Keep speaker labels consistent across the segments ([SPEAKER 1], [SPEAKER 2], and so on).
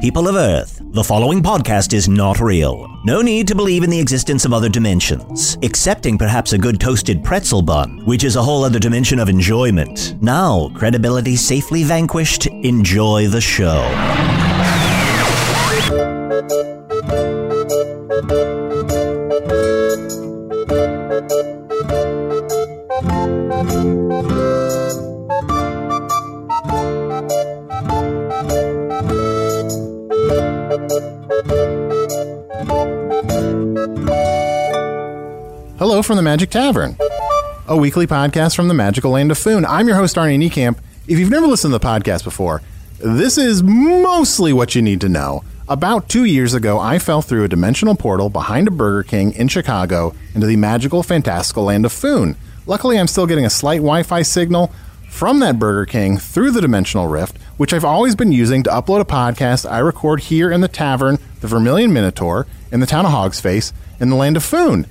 [SPEAKER 1] People of Earth, the following podcast is not real. No need to believe in the existence of other dimensions, excepting perhaps a good toasted pretzel bun, which is a whole other dimension of enjoyment. Now, credibility safely vanquished, enjoy the show.
[SPEAKER 2] Hello from the Magic Tavern, a weekly podcast from the magical land of Foon. I'm your host, Arnie Niekamp. If you've never listened to the podcast before, this is mostly what you need to know. About two years ago, I fell through a dimensional portal behind a Burger King in Chicago into the magical, fantastical land of Foon. Luckily, I'm still getting a slight Wi Fi signal from that Burger King through the dimensional rift, which I've always been using to upload a podcast I record here in the tavern, the Vermilion Minotaur, in the town of Hogsface, in the land of Foon.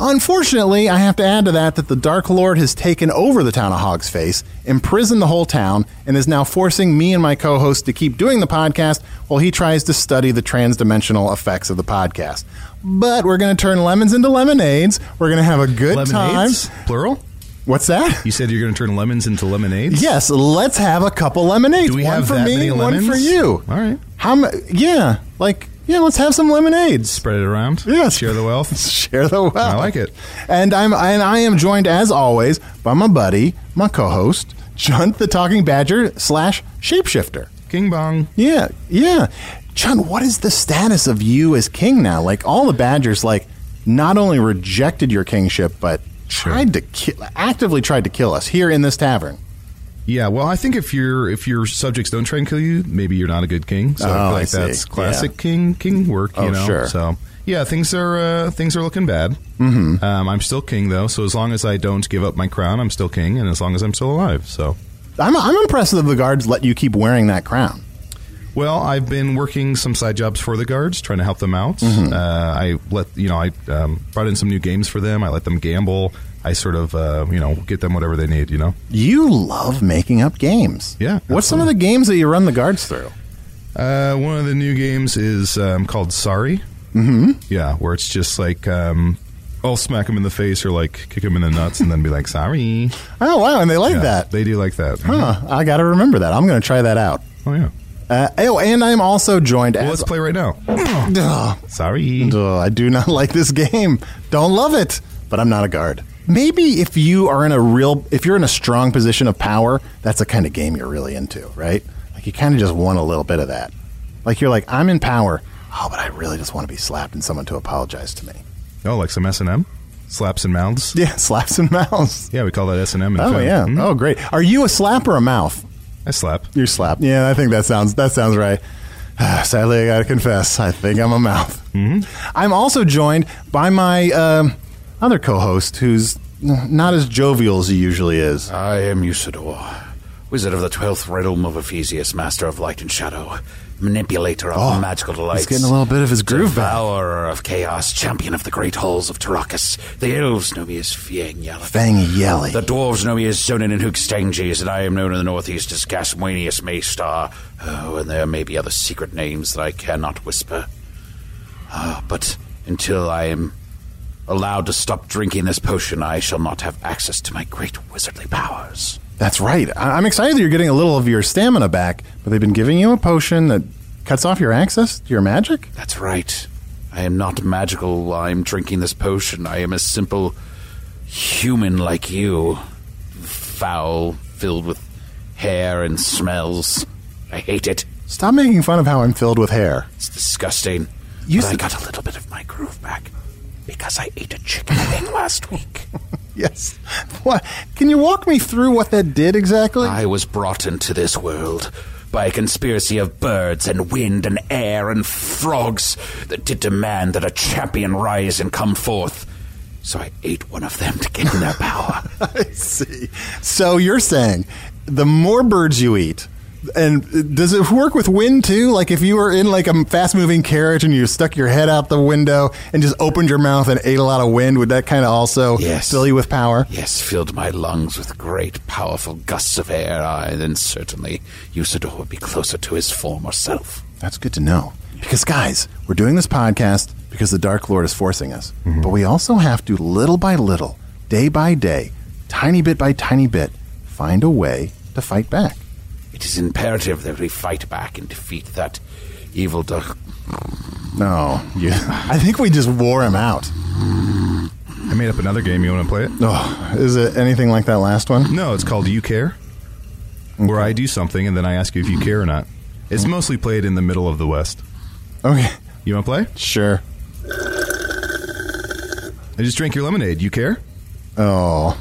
[SPEAKER 2] Unfortunately, I have to add to that that the Dark Lord has taken over the town of Hog's Face, imprisoned the whole town, and is now forcing me and my co host to keep doing the podcast while he tries to study the transdimensional effects of the podcast. But we're going to turn lemons into lemonades. We're going to have a good
[SPEAKER 3] Lemonades?
[SPEAKER 2] time.
[SPEAKER 3] Plural?
[SPEAKER 2] What's that?
[SPEAKER 3] You said you're going to turn lemons into lemonades?
[SPEAKER 2] Yes, let's have a couple lemonades.
[SPEAKER 3] Do we
[SPEAKER 2] one
[SPEAKER 3] have
[SPEAKER 2] for
[SPEAKER 3] that
[SPEAKER 2] me,
[SPEAKER 3] many lemons?
[SPEAKER 2] one for you.
[SPEAKER 3] All right.
[SPEAKER 2] How mu Yeah, like yeah, let's have some lemonades.
[SPEAKER 3] Spread it around?
[SPEAKER 2] Yes.
[SPEAKER 3] Share the wealth?
[SPEAKER 2] Share the wealth.
[SPEAKER 3] I like it.
[SPEAKER 2] And I'm and I am joined as always by my buddy, my co-host, Chunt the Talking Badger slash Shapeshifter.
[SPEAKER 3] King bong.
[SPEAKER 2] Yeah, yeah. Chunt, what is the status of you as king now? Like all the Badgers, like not only rejected your kingship, but tried to ki- actively tried to kill us here in this tavern.
[SPEAKER 3] Yeah, well, I think if your if your subjects don't try and kill you, maybe you're not a good king. So I
[SPEAKER 2] Oh,
[SPEAKER 3] feel
[SPEAKER 2] I
[SPEAKER 3] like
[SPEAKER 2] see.
[SPEAKER 3] that's classic
[SPEAKER 2] Yeah.
[SPEAKER 3] king king work. You
[SPEAKER 2] Oh,
[SPEAKER 3] know,
[SPEAKER 2] sure.
[SPEAKER 3] so yeah, things are uh, things are looking bad. Mm-hmm. Um, I'm still king though, so as long as I don't give up my crown, I'm still king, and as long as I'm still alive. So,
[SPEAKER 2] I'm I'm impressed that the guards let you keep wearing that crown.
[SPEAKER 3] well, I've been working some side jobs for the guards, trying to help them out.
[SPEAKER 2] Mm-hmm.
[SPEAKER 3] Uh, I let you know I um, brought in some new games for them. I let them gamble. I sort of uh, you know get them whatever they need. You know.
[SPEAKER 2] You love making up games.
[SPEAKER 3] Yeah,
[SPEAKER 2] What's some of the games that you run the guards through?
[SPEAKER 3] Uh, one of the new games is um, called Sorry. Mm-hmm. Yeah, where it's just like um, I'll smack him in the face or like kick him in the nuts and then be like sorry.
[SPEAKER 2] Oh wow, and they like
[SPEAKER 3] Yeah,
[SPEAKER 2] that.
[SPEAKER 3] they do like that.
[SPEAKER 2] Huh, I got to remember that. I'm going to try that out.
[SPEAKER 3] Oh yeah.
[SPEAKER 2] Uh, oh, and I'm also joined
[SPEAKER 3] Well,
[SPEAKER 2] as.
[SPEAKER 3] let's play right now.
[SPEAKER 2] Ugh,
[SPEAKER 3] sorry.
[SPEAKER 2] ugh, I do not like this game. Don't love it, but I'm not a guard. Maybe if you are in a real, if you're in a strong position of power, that's the kind of game you're really into, right? Like you kind of just want a little bit of that. Like you're like, I'm in power. Oh, but I really just want to be slapped and someone to apologize to me.
[SPEAKER 3] Oh, like some S and M slaps and mouths.
[SPEAKER 2] Yeah, slaps and mouths.
[SPEAKER 3] Yeah, we call that S and M.
[SPEAKER 2] Oh yeah. Oh great. Are you a slap or a mouth?
[SPEAKER 3] Hmm? I slap.
[SPEAKER 2] You're slapped. Yeah, I think that sounds that sounds right. Sadly, I gotta confess, I think I'm a mouth.
[SPEAKER 3] Hmm?
[SPEAKER 2] I'm also joined by my um, other co-host, who's not as jovial as he usually is.
[SPEAKER 4] I am Usador, wizard of the twelfth realm of Ephesius, master of light and shadow, manipulator of
[SPEAKER 2] Oh,
[SPEAKER 4] magical delights.
[SPEAKER 2] he's getting a little bit of his groove back.
[SPEAKER 4] Devourer of chaos, champion of the great halls of Tarakas. The elves know me as Fiang Yala.
[SPEAKER 2] Fang Yelly.
[SPEAKER 4] The dwarves know me as Zonin and Hookstanges, and I am known in the northeast as Gasmoenius Maystar. Oh, and there may be other secret names that I cannot whisper. Ah, but until I am allowed to stop drinking this potion, I shall not have access to my great wizardly powers.
[SPEAKER 2] That's right. I- I'm excited that you're getting a little of your stamina back, but they've been giving you a potion that cuts off your access to your magic?
[SPEAKER 4] That's right. I am not magical while I'm drinking this potion. I am a simple human like you. Foul, filled with hair and smells. I hate it.
[SPEAKER 2] Stop making fun of how I'm filled with hair.
[SPEAKER 4] It's disgusting.
[SPEAKER 2] You
[SPEAKER 4] but I
[SPEAKER 2] said-
[SPEAKER 4] got a little bit of my groove back because I ate a chicken wing last week.
[SPEAKER 2] Yes. What? Can you walk me through what that did exactly?
[SPEAKER 4] I was brought into this world by a conspiracy of birds and wind and air and frogs that did demand that a champion rise and come forth. So I ate one of them to gain their power.
[SPEAKER 2] see. So you're saying the more birds you eat, and does it work with wind too? Like if you were in like a fast moving carriage and you stuck your head out the window and just opened your mouth and ate a lot of wind, would that kind of also
[SPEAKER 4] Yes.
[SPEAKER 2] fill you with power?
[SPEAKER 4] yes, filled my lungs with great, powerful gusts of air. I then certainly Usador would be closer to his former self.
[SPEAKER 2] That's good to know. Because, guys, we're doing this podcast because the Dark Lord is forcing us.
[SPEAKER 4] Mm-hmm.
[SPEAKER 2] But we also have to, little by little, day by day, tiny bit by tiny bit, find a way to fight back.
[SPEAKER 4] It is imperative that we fight back and defeat that evil dark.
[SPEAKER 2] No, you, I think we just wore him out.
[SPEAKER 3] I made up another game. You want to play it?
[SPEAKER 2] Oh, is it anything like that last one?
[SPEAKER 3] No, it's called You Care, where I do something and then I ask you if you care or not. It's mostly played in the middle of the West.
[SPEAKER 2] Okay,
[SPEAKER 3] You want to play?
[SPEAKER 2] sure.
[SPEAKER 3] I just drink your lemonade. You care?
[SPEAKER 2] Oh.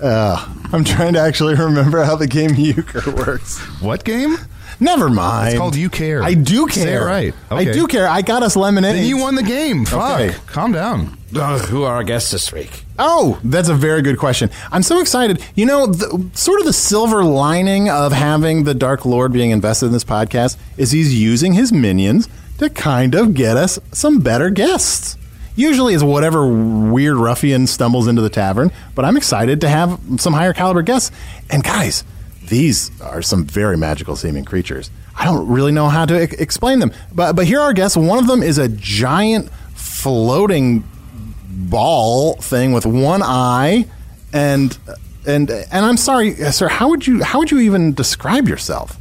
[SPEAKER 2] Uh, I'm trying to actually remember how the game euchre works.
[SPEAKER 3] What game?
[SPEAKER 2] Never mind.
[SPEAKER 3] It's called You Care.
[SPEAKER 2] I do care.
[SPEAKER 3] Say it right.
[SPEAKER 2] I
[SPEAKER 3] Okay.
[SPEAKER 2] do care. I got us lemonade.
[SPEAKER 3] Then you won the game. Fuck.
[SPEAKER 2] Okay.
[SPEAKER 3] Calm down.
[SPEAKER 4] Ugh, Um, uh, who are our guests this week?
[SPEAKER 2] Oh, that's a very good question. I'm so excited. You know, the, sort of the silver lining of having the Dark Lord being invested in this podcast is he's using his minions to kind of get us some better guests. Usually it's whatever weird ruffian stumbles into the tavern, but I'm excited to have some higher caliber guests. And guys, these are some very magical seeming creatures. I don't really know how to e- explain them, but but here are our guests. One of them is a giant floating ball thing with one eye and and and I'm sorry, sir, how would you how would you even describe yourself?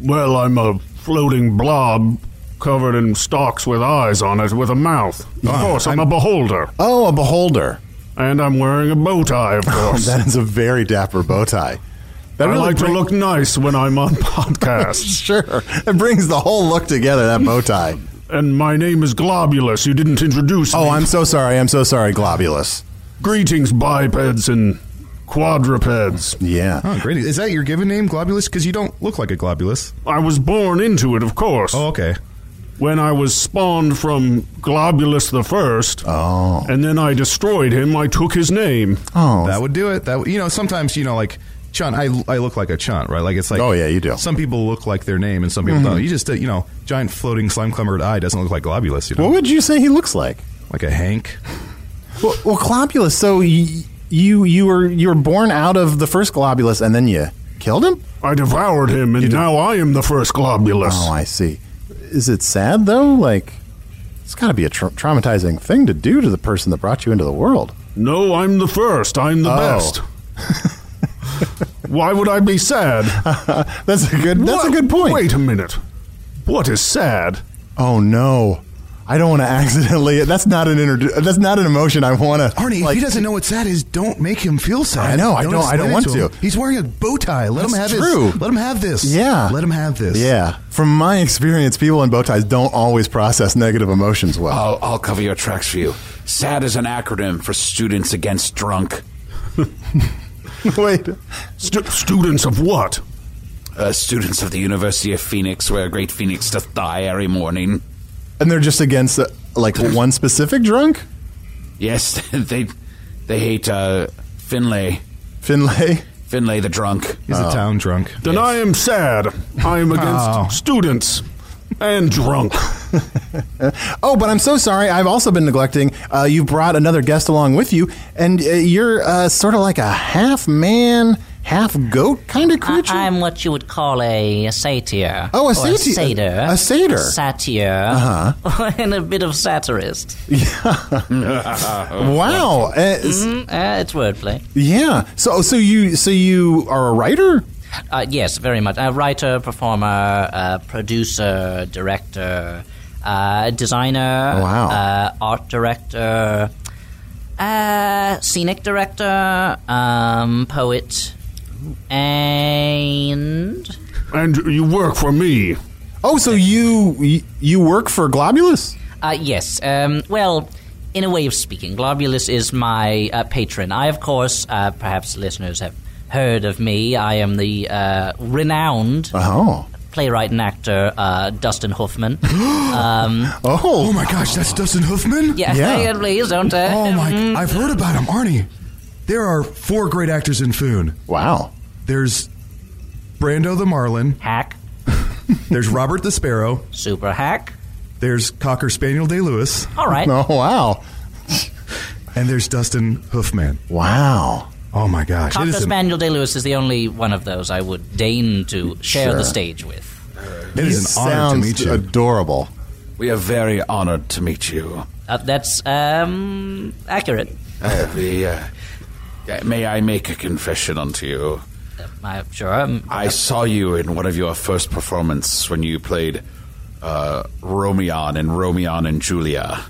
[SPEAKER 5] Well, I'm a floating blob covered in stalks with eyes on it with a mouth. Of course, I'm, a beholder.
[SPEAKER 2] Oh, a beholder.
[SPEAKER 5] And I'm wearing a bow tie, of course.
[SPEAKER 2] That is a very dapper bow tie. That
[SPEAKER 5] I
[SPEAKER 2] really
[SPEAKER 5] like to
[SPEAKER 2] bring-
[SPEAKER 5] look nice when I'm on podcasts.
[SPEAKER 2] sure. It brings the whole look together, that bow tie.
[SPEAKER 5] and my name is Globulus. You didn't introduce me.
[SPEAKER 2] Oh, I'm so sorry. I'm so sorry, Globulus.
[SPEAKER 5] Greetings, bipeds and quadrupeds.
[SPEAKER 2] Yeah.
[SPEAKER 3] Oh, great. Is that your given name, Globulus? Because you don't look like a globulus.
[SPEAKER 5] I was born into it, of course.
[SPEAKER 3] Oh, okay.
[SPEAKER 5] when I was spawned from Globulus the First, oh. and then I destroyed him, I took his name.
[SPEAKER 2] Oh.
[SPEAKER 3] That would do it. That w- you know, sometimes you know, like Chunt. I, I look like a Chunt, right? Like it's like.
[SPEAKER 2] Oh, yeah, you do.
[SPEAKER 3] Some people look like their name, and some
[SPEAKER 2] Mm-hmm.
[SPEAKER 3] people don't. You just uh, you know, giant floating slime clambered eye doesn't look like globulus. You know,
[SPEAKER 2] What would you say he looks like?
[SPEAKER 3] like a Hank.
[SPEAKER 2] Well, well Globulus, so y- you you were you were born out of the first Globulus and then you killed him?
[SPEAKER 5] I devoured him, and now I am the first Globulus.
[SPEAKER 2] Oh, I see. Is it sad though? Like, it's got to be a tra- traumatizing thing to do to the person that brought you into the world.
[SPEAKER 5] No, I'm the first. I'm the
[SPEAKER 2] Oh.
[SPEAKER 5] best. Why would I be sad?
[SPEAKER 2] That's a good. That's a
[SPEAKER 5] What-
[SPEAKER 2] good point.
[SPEAKER 5] Wait a minute. What is sad?
[SPEAKER 2] Oh no, I don't want to accidentally. That's not an inter- That's not an emotion I want to.
[SPEAKER 3] Arnie,
[SPEAKER 2] like,
[SPEAKER 3] if he doesn't know what sad is, don't make him feel sad.
[SPEAKER 2] I know, I don't- I
[SPEAKER 3] explain
[SPEAKER 2] don't
[SPEAKER 3] it
[SPEAKER 2] want
[SPEAKER 3] him.
[SPEAKER 2] to.
[SPEAKER 3] He's wearing a bow tie. Let him
[SPEAKER 2] That's
[SPEAKER 3] have
[SPEAKER 2] true.
[SPEAKER 3] his. Let him have this.
[SPEAKER 2] Yeah.
[SPEAKER 3] Let him have this.
[SPEAKER 2] Yeah, from my experience, people in bow ties don't always process negative emotions well.
[SPEAKER 4] I'll, I'll cover your tracks for you. SAD is an acronym for Students Against Drunk.
[SPEAKER 2] Wait,
[SPEAKER 5] Stu students of what?
[SPEAKER 4] Uh, students of the University of Phoenix, where a great phoenix doth die every morning.
[SPEAKER 2] and they're just against uh, like one specific drunk,
[SPEAKER 4] Yes, they they hate uh, Finlay.
[SPEAKER 2] Finlay.
[SPEAKER 4] Finlay the drunk.
[SPEAKER 3] He's
[SPEAKER 5] Oh.
[SPEAKER 3] a town drunk.
[SPEAKER 5] Then I am sad. I am against students and drunk.
[SPEAKER 2] Oh, but I'm so sorry. I've also been neglecting. Uh, you brought another guest along with you, and uh, you're uh, sort of like a half man, half goat kind of creature.
[SPEAKER 6] I, am what you would call a, a satyr.
[SPEAKER 2] Oh, a
[SPEAKER 6] Or
[SPEAKER 2] saty-
[SPEAKER 6] satyr.
[SPEAKER 2] a- a satyr.
[SPEAKER 6] Satyr. Uh-huh. and a bit of satirist.
[SPEAKER 2] wow. Uh, s-
[SPEAKER 6] Uh, it's wordplay.
[SPEAKER 2] Yeah. So so you so you are a writer?
[SPEAKER 6] Uh, yes, very much. A writer, performer, uh, producer, director, uh, designer,
[SPEAKER 2] Oh, Wow.
[SPEAKER 6] uh, art director, uh, scenic director, um, poet, and
[SPEAKER 5] And you work for me.
[SPEAKER 2] Oh, so you you- you work for Globulus?
[SPEAKER 6] Uh, yes. Um, well, in a way of speaking, Globulus is my uh, patron. I, of course, uh, perhaps listeners have heard of me. I am the uh, renowned
[SPEAKER 2] Oh.
[SPEAKER 6] playwright and actor uh, Dustin Hoffman. um,
[SPEAKER 2] Oh.
[SPEAKER 3] Oh my gosh, that's Dustin Hoffman.
[SPEAKER 6] yeah,
[SPEAKER 2] Yeah.
[SPEAKER 6] please don't. Uh,
[SPEAKER 3] Oh my! I've heard about him, Arnie. There are four great actors in Foon.
[SPEAKER 2] Wow.
[SPEAKER 3] There's Brando the Marlin.
[SPEAKER 6] Hack,
[SPEAKER 3] There's Robert the Sparrow.
[SPEAKER 6] super hack.
[SPEAKER 3] There's Cocker Spaniel Day Lewis,
[SPEAKER 6] All right.
[SPEAKER 2] Oh wow.
[SPEAKER 3] and there's Dustin Hoofman.
[SPEAKER 2] Wow.
[SPEAKER 3] Oh my gosh! it
[SPEAKER 6] Cocker
[SPEAKER 3] is an-
[SPEAKER 6] Spaniel Day Lewis is the only one of those I would deign to share
[SPEAKER 2] Sure.
[SPEAKER 6] the stage with.
[SPEAKER 3] it
[SPEAKER 2] He
[SPEAKER 3] is an honor to
[SPEAKER 2] sounds
[SPEAKER 3] meet you.
[SPEAKER 2] Adorable.
[SPEAKER 4] We are very honored to meet you.
[SPEAKER 6] Uh, that's um, accurate.
[SPEAKER 4] Uh, the, uh, uh, may I make a confession unto you?
[SPEAKER 6] i Uh, sure. Um,
[SPEAKER 4] I saw you in one of your first performances when you played uh, Romeon in Romeon and Julia.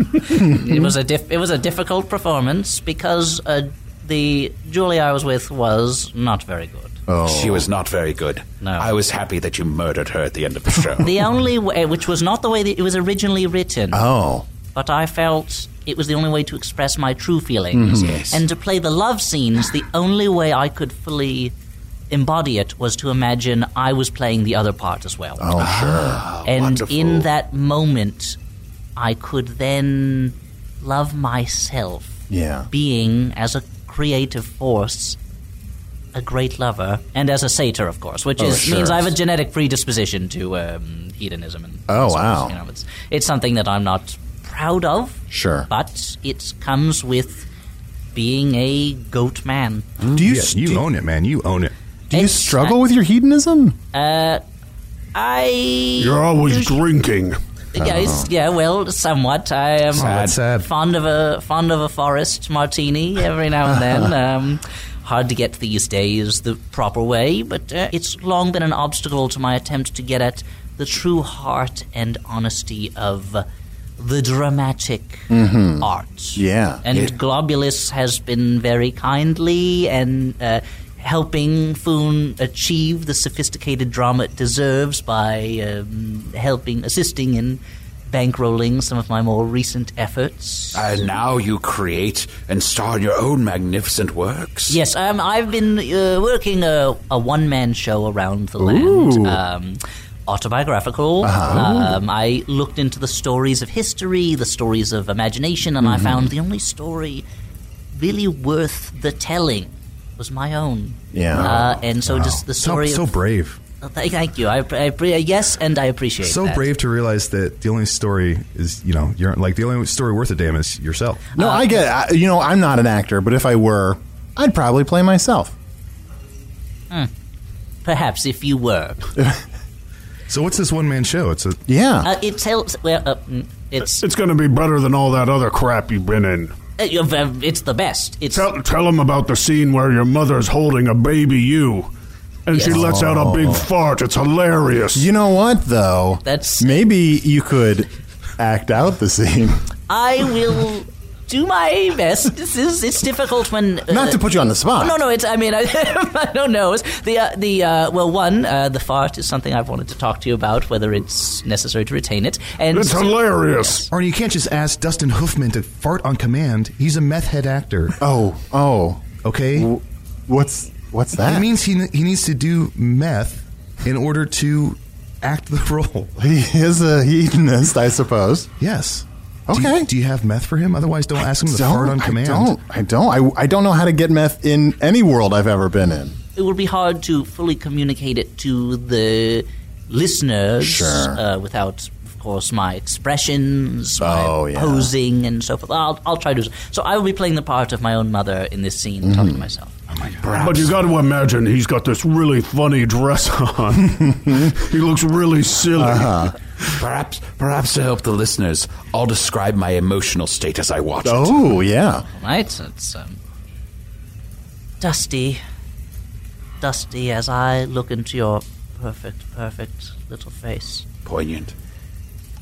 [SPEAKER 2] Hmm.
[SPEAKER 6] It was a diff- it was a difficult performance because uh, the Julie I was with was not very good.
[SPEAKER 2] Oh.
[SPEAKER 4] She was not very good.
[SPEAKER 6] No.
[SPEAKER 4] I was happy that you murdered her at the end of the show.
[SPEAKER 6] The only way, which was not the way that it was originally written,
[SPEAKER 2] Oh.
[SPEAKER 6] but I felt it was the only way to express my true feelings
[SPEAKER 2] Mm-hmm.
[SPEAKER 6] and to play the love scenes. The only way I could fully embody it was to imagine I was playing the other part as well.
[SPEAKER 2] Oh sure.
[SPEAKER 6] and
[SPEAKER 4] wonderful.
[SPEAKER 6] in that moment, I could then love myself.
[SPEAKER 2] Yeah.
[SPEAKER 6] being as a creative force a great lover and as a satyr of course which is,
[SPEAKER 2] Oh, sure.
[SPEAKER 6] means i have a genetic predisposition to um, hedonism and
[SPEAKER 2] Oh,
[SPEAKER 6] so,
[SPEAKER 2] wow.
[SPEAKER 6] you know, it's, it's something that i'm not proud of
[SPEAKER 2] Sure.
[SPEAKER 6] but it comes with being a goat man
[SPEAKER 2] Do
[SPEAKER 3] Mm, Hmm?
[SPEAKER 2] you
[SPEAKER 3] Yeah,
[SPEAKER 2] st-
[SPEAKER 3] you own it, man. You own it.
[SPEAKER 2] do you struggle with your hedonism?
[SPEAKER 6] uh, i
[SPEAKER 5] You're always drinking. Oh.
[SPEAKER 6] yeah, it's- yeah well somewhat i am
[SPEAKER 3] Oh. Sad. Sad.
[SPEAKER 6] fond of a fond of a forest martini every now and then. Um, hard to get these days the proper way, but uh, it's long been an obstacle to my attempt to get at the true heart and honesty of the dramatic
[SPEAKER 3] Mm-hmm.
[SPEAKER 6] art.
[SPEAKER 2] Yeah.
[SPEAKER 6] and Globulus has been very kindly and. Uh, Helping Foon achieve the sophisticated drama it deserves by um, helping, assisting in bankrolling some of my more recent efforts.
[SPEAKER 4] And Uh, now you create and star in your own magnificent works.
[SPEAKER 6] Yes, um, I've been uh, working a, a one man show around the land. Um, autobiographical. Um, I looked into the stories of history, the stories of imagination, and I found the only story really worth the telling was my own.
[SPEAKER 2] Yeah.
[SPEAKER 6] Uh, and so just the
[SPEAKER 3] So,
[SPEAKER 6] story.
[SPEAKER 3] so
[SPEAKER 6] of,
[SPEAKER 3] brave,
[SPEAKER 6] Oh, thank, thank you. I, I, appre- yes, and I appreciate
[SPEAKER 3] so
[SPEAKER 6] that.
[SPEAKER 3] brave to realize that the only story is you know you're like the only story worth a damn is yourself.
[SPEAKER 2] No, I get. I, you know, I'm not an actor, but if I were, I'd probably play myself.
[SPEAKER 6] Perhaps if you were.
[SPEAKER 3] So what's this one man show? It's a
[SPEAKER 2] Yeah.
[SPEAKER 6] Uh, it tells. Well, uh, mm, it's uh,
[SPEAKER 5] It's going to be better than all that other crap you've been in.
[SPEAKER 6] it's the best. It's
[SPEAKER 5] Tell, tell him about the scene where your mother's holding a baby you, and she
[SPEAKER 6] Yes.
[SPEAKER 5] lets out a
[SPEAKER 3] Oh.
[SPEAKER 5] big fart. It's hilarious.
[SPEAKER 2] you know what though?
[SPEAKER 6] That's-
[SPEAKER 2] maybe you could act out the scene.
[SPEAKER 6] I will do my best. This is it's difficult when uh,
[SPEAKER 2] Not to put you on the spot.
[SPEAKER 6] no, no. It's. I mean, I, I don't know. It's the uh, the uh, well, one uh, the fart is something I've wanted to talk to you about, whether it's necessary to retain it. And
[SPEAKER 5] It's hilarious.
[SPEAKER 3] Arnie. You can't just ask Dustin Hoofman to fart on command. He's a meth head actor.
[SPEAKER 2] Oh, oh.
[SPEAKER 3] Okay,
[SPEAKER 2] W- What's what's that?
[SPEAKER 3] it means he he needs to do meth in order to act the role.
[SPEAKER 2] he is a hedonist, I suppose.
[SPEAKER 3] Yes. Do you-
[SPEAKER 2] Okay.
[SPEAKER 3] do you have meth for him? Otherwise, don't ask him to
[SPEAKER 2] Don't-
[SPEAKER 3] fart on command.
[SPEAKER 2] I don't. I don't. I, I don't know how to get meth in any world I've ever been in.
[SPEAKER 6] it will be hard to fully communicate it to the listeners
[SPEAKER 2] Sure.
[SPEAKER 6] uh, without, of course, my expressions,
[SPEAKER 2] Oh,
[SPEAKER 6] my
[SPEAKER 2] yeah.
[SPEAKER 6] posing, and so forth. I'll, I'll try to. So I will be playing the part of my own mother in this scene, talking to myself.
[SPEAKER 5] But you got to imagine he's got this really funny dress on. he looks really silly.
[SPEAKER 3] Uh-huh.
[SPEAKER 2] Uh-huh.
[SPEAKER 4] Perhaps, perhaps to help the listeners, I'll describe my emotional state as I watch it.
[SPEAKER 2] Oh yeah.
[SPEAKER 6] Right? So it's um, dusty, dusty as I look into your perfect, perfect little face.
[SPEAKER 4] Poignant.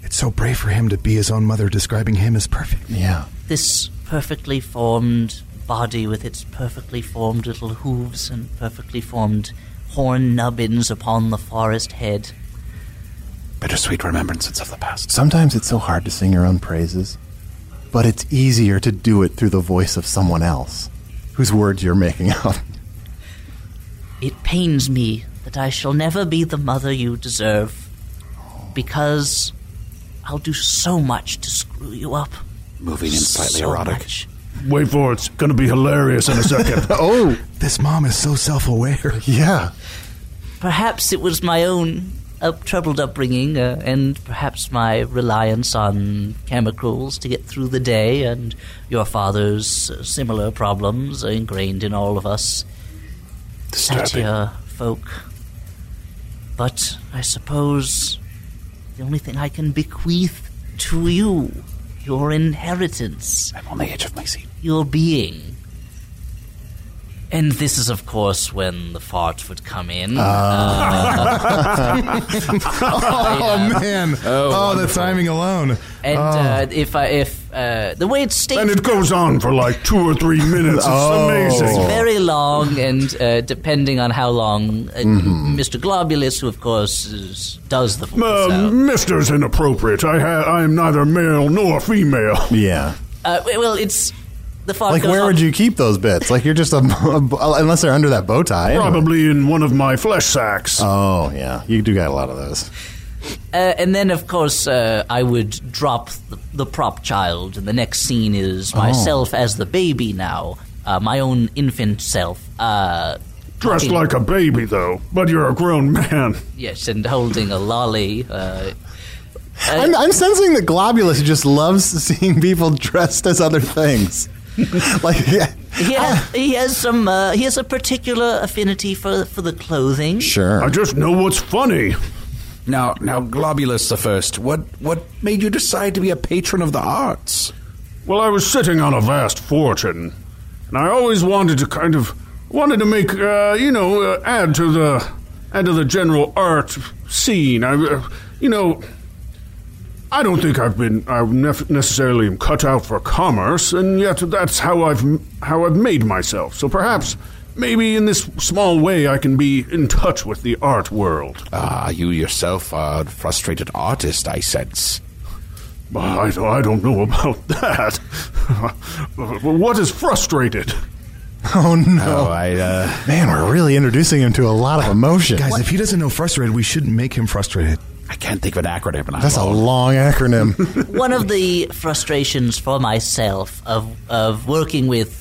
[SPEAKER 3] It's so brave for him to be his own mother, describing him as perfect.
[SPEAKER 2] Yeah.
[SPEAKER 6] This perfectly formed body with its perfectly formed little hooves and perfectly formed horn nubbins upon the forest head.
[SPEAKER 4] Bittersweet remembrances of the past.
[SPEAKER 2] Sometimes it's so hard to sing your own praises, but it's easier to do it through the voice of someone else, whose words you're making up.
[SPEAKER 6] It pains me that I shall never be the mother you deserve because I'll do so much to screw you up.
[SPEAKER 4] Moving and slightly
[SPEAKER 6] So
[SPEAKER 4] erotic.
[SPEAKER 6] much.
[SPEAKER 5] Wait for it. It's going to be hilarious in a second.
[SPEAKER 2] Oh
[SPEAKER 3] This mom is so self-aware.
[SPEAKER 2] yeah.
[SPEAKER 6] Perhaps it was my own up, troubled upbringing, uh, and perhaps my reliance on chemicals to get through the day, and your father's uh, similar problems ingrained in all of us satyr folk. But I suppose the only thing I can bequeath to you, your inheritance,
[SPEAKER 4] I'm on the edge of my seat.
[SPEAKER 6] your being. And this is, of course, when the fart would come in.
[SPEAKER 3] Ah.
[SPEAKER 6] Uh,
[SPEAKER 3] Oh man! Oh, the timing alone. Ah.
[SPEAKER 6] And uh, if I, if uh, the way it's
[SPEAKER 5] and
[SPEAKER 6] stated,
[SPEAKER 5] it goes on for like two or three minutes. It's
[SPEAKER 6] Oh.
[SPEAKER 3] Oh.
[SPEAKER 6] it's
[SPEAKER 5] amazing.
[SPEAKER 6] very long, and uh, depending on how long, uh,
[SPEAKER 5] Mm-hmm.
[SPEAKER 6] Mr. Globulus, who of course is, does the
[SPEAKER 5] Uh,
[SPEAKER 6] voice,
[SPEAKER 5] Mister's inappropriate. I ha- I am neither male nor female.
[SPEAKER 2] Yeah.
[SPEAKER 6] uh, well, it's the fart.
[SPEAKER 2] Like
[SPEAKER 6] goes
[SPEAKER 2] where
[SPEAKER 6] on.
[SPEAKER 2] would you keep those bits? Like you're just a, unless they're under that bow tie. anyway.
[SPEAKER 5] Probably in one of my flesh sacks.
[SPEAKER 2] Oh yeah. You do got a lot of those.
[SPEAKER 6] Uh, and then, of course, uh, I would drop the, the prop child, and the next scene is myself
[SPEAKER 5] Oh.
[SPEAKER 6] as the baby now, uh, my own infant self. Uh,
[SPEAKER 5] Dressed
[SPEAKER 6] talking-
[SPEAKER 5] like a baby, though. But you're a grown man.
[SPEAKER 6] Yes, and holding a lolly. Uh,
[SPEAKER 2] I'm, I'm sensing that Globulus just loves seeing people dressed as other things. like yeah.
[SPEAKER 6] he, has, he has some. Uh, he has a particular affinity for for the clothing.
[SPEAKER 2] Sure.
[SPEAKER 5] I just know what's funny.
[SPEAKER 4] Now, now, Globulus the First. What, what made you decide to be a patron of the arts?
[SPEAKER 5] Well, I was sitting on a vast fortune, and I always wanted to kind of wanted to make uh, you know uh, add to the add to the general art scene. I uh, you know I don't think I've been I nef- necessarily am cut out for commerce, and yet that's how I've m- how I've made myself. So perhaps maybe in this small way I can be in touch with the art world.
[SPEAKER 4] Ah, you yourself are a frustrated artist, I sense.
[SPEAKER 5] But I, I don't know about that. what is frustrated?
[SPEAKER 2] Oh no.
[SPEAKER 4] Oh, I, uh,
[SPEAKER 2] Man, we're really introducing him to a lot of emotion.
[SPEAKER 3] Guys, if he doesn't know frustrated, we shouldn't make him frustrated.
[SPEAKER 4] I can't think of an acronym. and I'm
[SPEAKER 2] That's a
[SPEAKER 4] all-
[SPEAKER 2] long acronym.
[SPEAKER 6] One of the frustrations for myself of of working with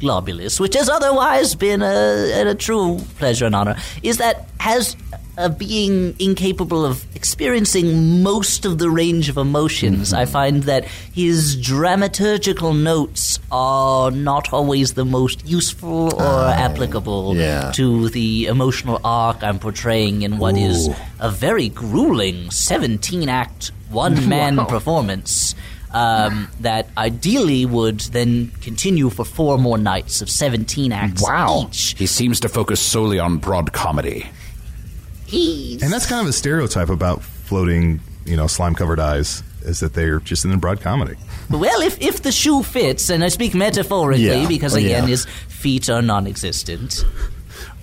[SPEAKER 6] Globulus, which has otherwise been a, a true pleasure and honor, is that as a being incapable of experiencing most of the range of emotions, I find that his dramaturgical notes are not always the most useful or applicable
[SPEAKER 2] yeah.
[SPEAKER 6] to the emotional arc I'm portraying in what is a very grueling 17 act, one man performance um, that ideally would then continue for four more nights of 17 acts
[SPEAKER 2] Wow.
[SPEAKER 6] each.
[SPEAKER 4] He seems to focus solely on broad comedy.
[SPEAKER 6] He's-
[SPEAKER 3] And that's kind of a stereotype about floating, you know, slime-covered eyes is that they're just in a broad comedy.
[SPEAKER 6] well, if, if the shoe fits, and I speak metaphorically
[SPEAKER 2] Yeah.
[SPEAKER 6] because,
[SPEAKER 2] Oh,
[SPEAKER 6] again,
[SPEAKER 2] yeah.
[SPEAKER 6] his feet are non existent.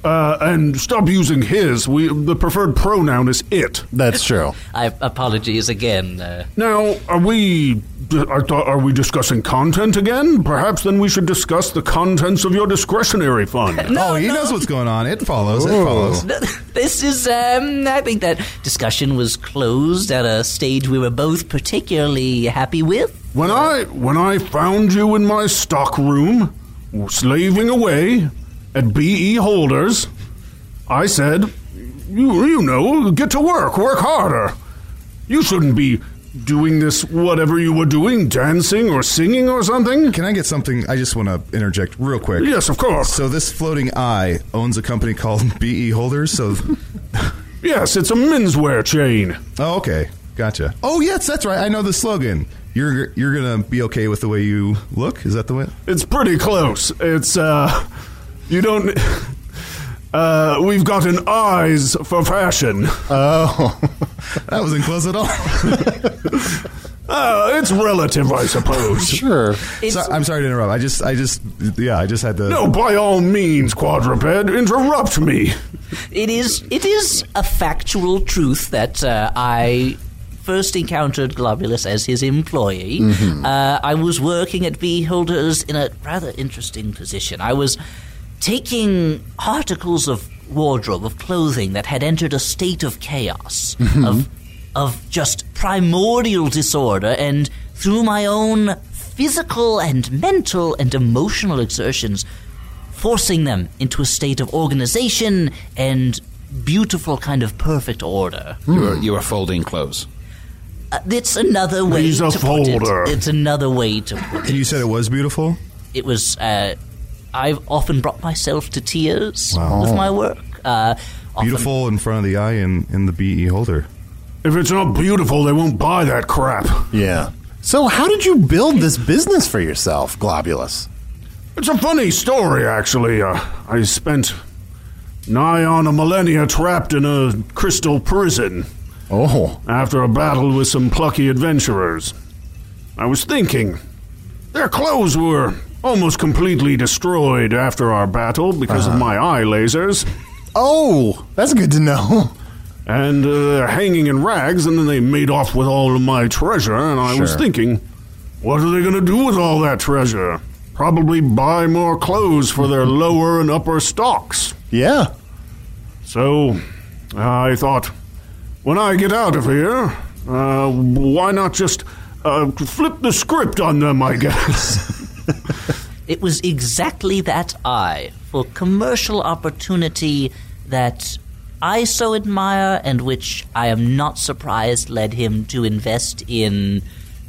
[SPEAKER 5] Uh, and stop using his. We the preferred pronoun is it.
[SPEAKER 2] That's true.
[SPEAKER 6] I apologies again. Uh,
[SPEAKER 5] Now, are we are, are we discussing content again? Perhaps then we should discuss the contents of your discretionary fund. Oh.
[SPEAKER 3] oh, he knows what's going on. It follows. It follows.
[SPEAKER 6] this is, um, I think that discussion was closed at a stage we were both particularly happy with.
[SPEAKER 5] When I when I found you in my stock room, slaving away at BE Holders, I said, "You you know, get to work, work harder. You shouldn't be doing this whatever you were doing, dancing or singing or something."
[SPEAKER 3] Can I get something? I just want to interject real quick.
[SPEAKER 5] Yes, of course.
[SPEAKER 3] So this floating eye owns a company called BE Holders. So,
[SPEAKER 5] Yes, it's a menswear chain.
[SPEAKER 3] oh, okay, gotcha. Oh yes, that's right. I know the slogan. You're you're gonna be okay with the way you look. Is that the way?
[SPEAKER 5] It's pretty close. It's uh you don't uh we've got an eyes for fashion.
[SPEAKER 2] Oh,
[SPEAKER 3] That wasn't close at all.
[SPEAKER 5] Uh it's relative, I suppose.
[SPEAKER 2] sure.
[SPEAKER 3] So- I'm sorry to interrupt. I just I just yeah I just had the
[SPEAKER 5] No, by all means, quadruped, interrupt me.
[SPEAKER 6] It is it is a factual truth that uh, I first encountered Globulus as his employee. Uh, I was working at Beholders in a rather interesting position. I was taking articles of wardrobe of clothing that had entered a state of chaos of of just primordial disorder and through my own physical and mental and emotional exertions forcing them into a state of organization and beautiful kind of perfect order.
[SPEAKER 4] You were, you were folding clothes.
[SPEAKER 6] Uh, it's another way
[SPEAKER 5] He's a
[SPEAKER 6] to put it.
[SPEAKER 5] folder.
[SPEAKER 6] It's another way to put it.
[SPEAKER 3] And you said it was beautiful.
[SPEAKER 6] It was. Uh, I've often brought myself to tears with my work. Uh, often-
[SPEAKER 3] Beautiful in front of the eye and in the BE Holder.
[SPEAKER 5] If it's not beautiful, they won't buy that crap.
[SPEAKER 2] Yeah. So, how did you build this business for yourself, Globulus?
[SPEAKER 5] It's a funny story, actually. Uh, I spent nigh on a millennia trapped in a crystal prison.
[SPEAKER 2] Oh,
[SPEAKER 5] after a battle with some plucky adventurers. I was thinking. Their clothes were almost completely destroyed after our battle because of my eye lasers,
[SPEAKER 2] Uh-huh. oh, that's good to know.
[SPEAKER 5] and uh, they're hanging in rags, and then they made off with all of my treasure, and I was
[SPEAKER 2] Sure.
[SPEAKER 5] thinking, what are they going to do with all that treasure? Probably buy more clothes for their lower and upper stocks.
[SPEAKER 2] Yeah.
[SPEAKER 5] So, I thought, when I get out of here, uh, why not just uh, flip the script on them, I guess?
[SPEAKER 6] It was exactly that eye for commercial opportunity that I so admire and which I am not surprised led him to invest in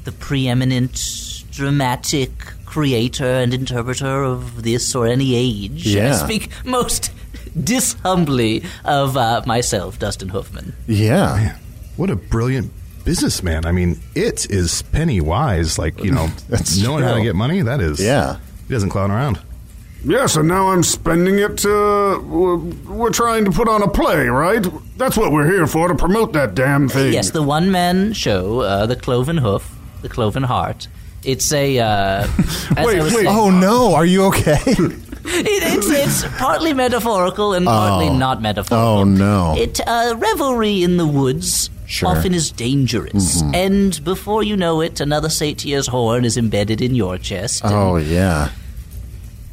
[SPEAKER 6] the preeminent dramatic creator and interpreter of this or any age.
[SPEAKER 2] Yeah.
[SPEAKER 6] I speak most dishumbly of uh, myself, Dustin Hoffman.
[SPEAKER 2] Yeah.
[SPEAKER 3] What a brilliant businessman. I mean, it is penny wise. Like, you know,
[SPEAKER 2] That's
[SPEAKER 3] knowing how to
[SPEAKER 2] true.
[SPEAKER 3] get money, that is.
[SPEAKER 2] Yeah.
[SPEAKER 3] He doesn't clown around.
[SPEAKER 5] yes, and now I'm spending it. Uh, we're, we're trying to put on a play, right? That's what we're here for, to promote that damn thing.
[SPEAKER 6] Yes, the one man show, uh, The Cloven Hoof, The Cloven Heart. It's a. Uh, as I
[SPEAKER 5] Wait,
[SPEAKER 6] was
[SPEAKER 5] wait.
[SPEAKER 6] saying-
[SPEAKER 2] Oh no, are you okay? Oh.
[SPEAKER 6] It, it's, it's partly metaphorical and partly not metaphorical.
[SPEAKER 2] Oh no.
[SPEAKER 6] It uh, revelry in the woods
[SPEAKER 2] Sure. Mm-hmm.
[SPEAKER 6] often is dangerous, and before you know it, another satyr's horn is embedded in your chest.
[SPEAKER 2] Oh yeah.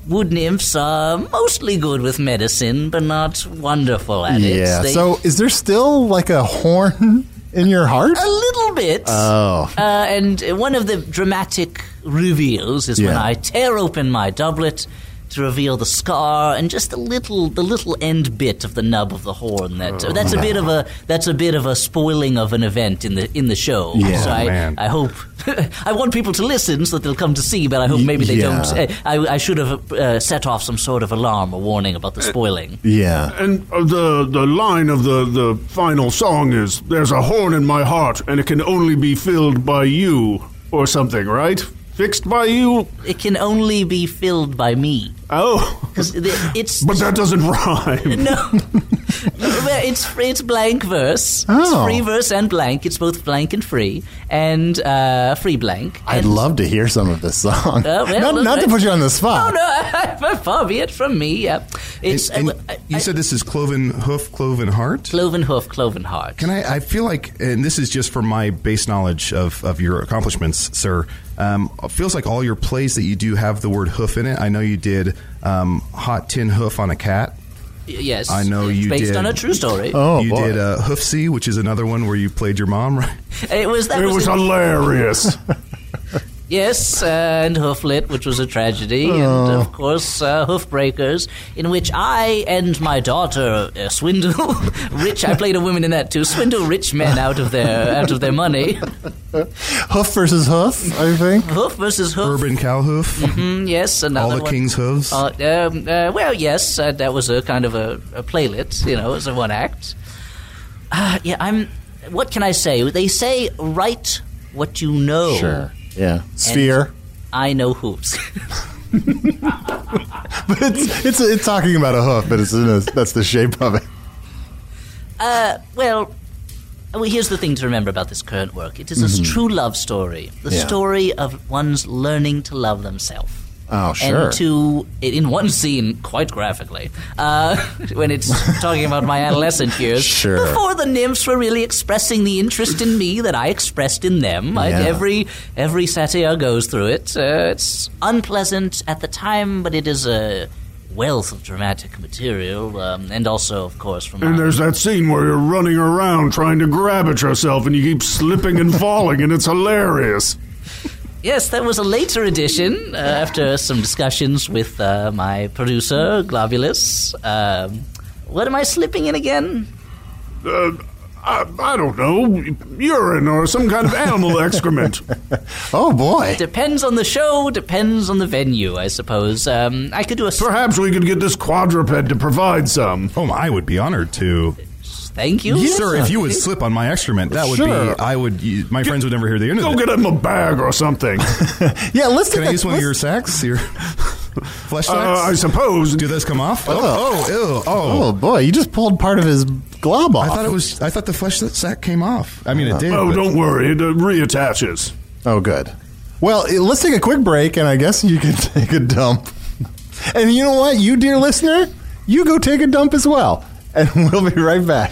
[SPEAKER 6] Wood nymphs are mostly good with medicine, but not wonderful at it.
[SPEAKER 2] Yeah.
[SPEAKER 6] They-
[SPEAKER 2] So, is there still like a horn in your heart?
[SPEAKER 6] a little bit.
[SPEAKER 2] Oh.
[SPEAKER 6] Uh, and one of the dramatic reveals is when
[SPEAKER 2] Yeah.
[SPEAKER 6] I tear open my doublet to reveal the scar and just the little the little end bit of the nub of the horn. That
[SPEAKER 2] Oh,
[SPEAKER 6] that's a bit of a that's a bit of a spoiling of an event in the in the show.
[SPEAKER 2] Yeah.
[SPEAKER 6] So
[SPEAKER 2] Oh,
[SPEAKER 6] I,
[SPEAKER 3] man.
[SPEAKER 6] I hope I want people to listen so that they'll come to see, but I hope maybe they
[SPEAKER 2] yeah.
[SPEAKER 6] don't. eh, I, I should have uh, set off some sort of alarm or warning about the
[SPEAKER 2] Uh,
[SPEAKER 6] spoiling.
[SPEAKER 2] Yeah.
[SPEAKER 5] And uh, the the line of the, the final song is There's a horn in my heart, and it can only be filled by you, or something, right? Fixed by you?
[SPEAKER 6] It can only be filled by me
[SPEAKER 5] Oh.
[SPEAKER 6] because it's
[SPEAKER 5] But that doesn't rhyme.
[SPEAKER 6] No. it's it's blank verse.
[SPEAKER 2] Oh.
[SPEAKER 6] It's free verse and blank. It's both blank and free and uh, free blank.
[SPEAKER 2] I'd
[SPEAKER 6] And-
[SPEAKER 2] love to hear some of this song.
[SPEAKER 6] Uh, well,
[SPEAKER 2] not
[SPEAKER 6] look,
[SPEAKER 2] not to
[SPEAKER 6] I-
[SPEAKER 2] put you on the
[SPEAKER 6] Oh
[SPEAKER 2] spot.
[SPEAKER 6] no! Far be it from me. Yeah. It's
[SPEAKER 3] And-
[SPEAKER 6] uh,
[SPEAKER 3] and
[SPEAKER 6] I-
[SPEAKER 3] you
[SPEAKER 6] I-
[SPEAKER 3] said this is cloven hoof, cloven heart.
[SPEAKER 6] cloven hoof, cloven heart.
[SPEAKER 3] Can I? I feel like, and this is just from my base knowledge of, of your accomplishments, sir. Um, it feels like all your plays that you do have the word hoof in it. I know you did um, hot tin hoof on a cat.
[SPEAKER 6] yes,
[SPEAKER 3] I know you
[SPEAKER 6] based
[SPEAKER 3] did.
[SPEAKER 6] on a true story.
[SPEAKER 2] Oh,
[SPEAKER 3] you
[SPEAKER 2] boy.
[SPEAKER 3] did uh, hoofsy, which is another one where you played your mom, right?
[SPEAKER 6] It was that
[SPEAKER 5] It was
[SPEAKER 6] in-
[SPEAKER 5] hilarious.
[SPEAKER 6] Yes, uh, and Hooflit, which was a tragedy,
[SPEAKER 2] Oh.
[SPEAKER 6] and of course uh, Hoofbreakers, in which I and my daughter uh, swindle rich. I played a woman in that too. Swindle rich men out of their out of their money.
[SPEAKER 2] Hoof versus hoof, I think.
[SPEAKER 6] Hoof versus hoof.
[SPEAKER 3] Urban cow hoof,
[SPEAKER 6] Mm, yes, another
[SPEAKER 3] all the
[SPEAKER 6] one.
[SPEAKER 3] king's hooves.
[SPEAKER 6] Uh, um, uh, well, yes, uh, that was a kind of a, a playlet, you know, as a one act. Uh, yeah, I'm. What can I say? They say write what you know.
[SPEAKER 2] Yeah. Sphere.
[SPEAKER 6] I know hoops.
[SPEAKER 2] But it's, it's it's talking about a hoof, but it's in a, that's the shape of it.
[SPEAKER 6] Uh, Well, well, here's the thing to remember about this current work it is a true love story, the
[SPEAKER 2] Mm-hmm. Yeah.
[SPEAKER 6] story of one's learning to love themselves.
[SPEAKER 2] Oh, sure.
[SPEAKER 6] And to, in one scene, quite graphically, uh, when it's talking about my adolescent years,
[SPEAKER 2] Sure.
[SPEAKER 6] before the nymphs were really expressing the interest in me that I expressed in them. I-
[SPEAKER 2] Yeah.
[SPEAKER 6] every every satyr goes through it. Uh, it's unpleasant at the time, but it is a wealth of dramatic material, um, and also, of course, from
[SPEAKER 5] and
[SPEAKER 6] our-
[SPEAKER 5] there's that scene where you're running around trying to grab at yourself and you keep slipping and falling, and it's hilarious.
[SPEAKER 6] Yes, that was a later edition uh, after some discussions with uh, my producer, Globulus. Um, what am I slipping in again?
[SPEAKER 5] Uh, I, I don't know, urine or some kind of animal excrement.
[SPEAKER 2] Oh boy.
[SPEAKER 6] Depends on the show, depends on the venue, I suppose. Um, I could do a. s-
[SPEAKER 5] Perhaps we could get this quadruped to provide some.
[SPEAKER 3] oh, I would be honored to,
[SPEAKER 6] Thank you.
[SPEAKER 3] sir. If you would slip on my excrement, that would
[SPEAKER 2] Sure.
[SPEAKER 3] be. I would. You, my friends would never hear the end
[SPEAKER 5] Go
[SPEAKER 3] of it.
[SPEAKER 5] get him a bag or something.
[SPEAKER 2] Yeah, let's
[SPEAKER 3] Can
[SPEAKER 2] take
[SPEAKER 3] I
[SPEAKER 2] a-
[SPEAKER 3] use one of
[SPEAKER 2] let's-
[SPEAKER 3] your sacks? Your flesh sacks?
[SPEAKER 5] Uh, I suppose.
[SPEAKER 3] Do those come off? Oh, oh, ew,
[SPEAKER 2] Oh boy, you just pulled part of his glob off. Uh-huh.
[SPEAKER 3] I thought it was. I thought the flesh sack came off. I mean, it did.
[SPEAKER 5] Oh,
[SPEAKER 3] but-
[SPEAKER 5] don't worry, it uh, reattaches.
[SPEAKER 2] Oh, good. Well, eh, let's take a quick break, and I guess you can take a dump. And you know what, you dear listener, you go take a dump as well, and we'll be right back.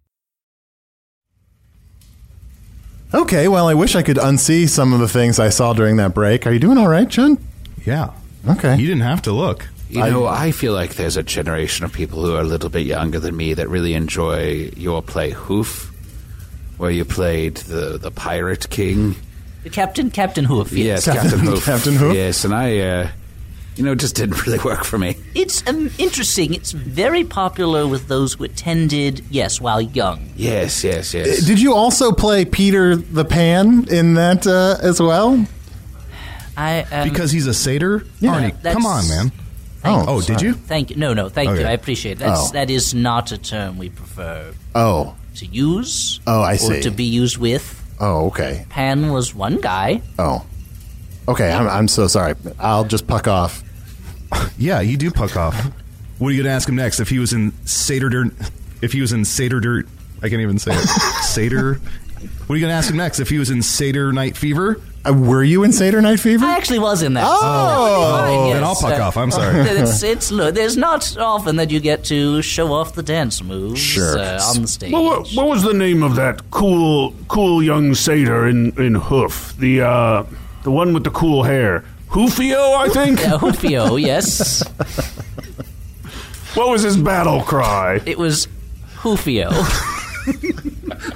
[SPEAKER 2] Okay, well, I wish I could unsee some of the things I saw during that break. Are you doing all right, John?
[SPEAKER 3] yeah.
[SPEAKER 2] Okay.
[SPEAKER 3] You didn't have to look.
[SPEAKER 4] You know, I, feel like there's a generation of people who are a little bit younger than me that really enjoy your play Hoof, where you played the, the Pirate King.
[SPEAKER 6] Captain, Captain Hoof.
[SPEAKER 4] Yes,
[SPEAKER 2] Captain-
[SPEAKER 4] Captain, Hoof.
[SPEAKER 2] Captain Hoof?
[SPEAKER 4] Yes, and I, uh, you know, it just didn't really work for me.
[SPEAKER 6] It's um, interesting. It's very popular with those who attended, yes, while young.
[SPEAKER 4] Yes, yes, yes.
[SPEAKER 2] Eh, Did you also play Peter the Pan in that uh, as well?
[SPEAKER 6] I um,
[SPEAKER 3] Because he's a satyr? Arnie,
[SPEAKER 6] That's-
[SPEAKER 3] come on, man.
[SPEAKER 2] Oh,
[SPEAKER 3] Oh, did
[SPEAKER 2] sorry.
[SPEAKER 3] you?
[SPEAKER 6] Thank you. No, no, thank
[SPEAKER 3] Okay. Oh.
[SPEAKER 6] you. I appreciate that. That's
[SPEAKER 2] Oh.
[SPEAKER 6] That is not a term we prefer.
[SPEAKER 2] Oh,
[SPEAKER 6] to use.
[SPEAKER 2] Oh, I
[SPEAKER 6] or
[SPEAKER 2] see.
[SPEAKER 6] to be used with.
[SPEAKER 2] Oh, okay.
[SPEAKER 6] Pan was one guy.
[SPEAKER 2] Oh. Okay, I'm, I'm so sorry. I'll just puck off.
[SPEAKER 3] Yeah, you do puck off. What are you gonna ask him next? If he was in Seder Dirt, if he was in Seder Dirt, I can't even say it. Seder. What are you gonna ask him next? If he was in Seder Night Fever?
[SPEAKER 2] Uh, were you in Seder Night Fever?
[SPEAKER 6] I actually was in that.
[SPEAKER 2] Oh.
[SPEAKER 6] Fine,
[SPEAKER 3] then I'll
[SPEAKER 6] yes.
[SPEAKER 3] puck
[SPEAKER 6] Uh,
[SPEAKER 3] off. I'm sorry.
[SPEAKER 6] it's, it's look. There's not often that you get to show off the dance moves
[SPEAKER 2] Sure.
[SPEAKER 6] uh, on the stage.
[SPEAKER 5] Well, what, what was the name of that cool, cool young satyr in, in Hoof? The uh, the one with the cool hair, Hoofio, I think.
[SPEAKER 6] Yeah, Hoofio, yes,
[SPEAKER 5] What was his battle cry?
[SPEAKER 6] it was Hoofio.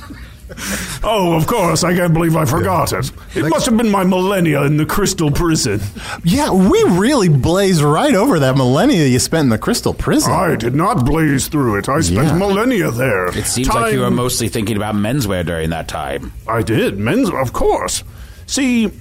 [SPEAKER 5] Oh, of course, I can't believe I forgot it. It must have been my millennia in the crystal prison.
[SPEAKER 2] Yeah, we really blazed right over that millennia you spent in the Crystal Prison.
[SPEAKER 5] I did not blaze through it. I spent
[SPEAKER 2] Yeah.
[SPEAKER 5] millennia there.
[SPEAKER 4] It seems
[SPEAKER 5] Time-
[SPEAKER 4] like you were mostly thinking about menswear during that time.
[SPEAKER 5] I did, men's, of course. See,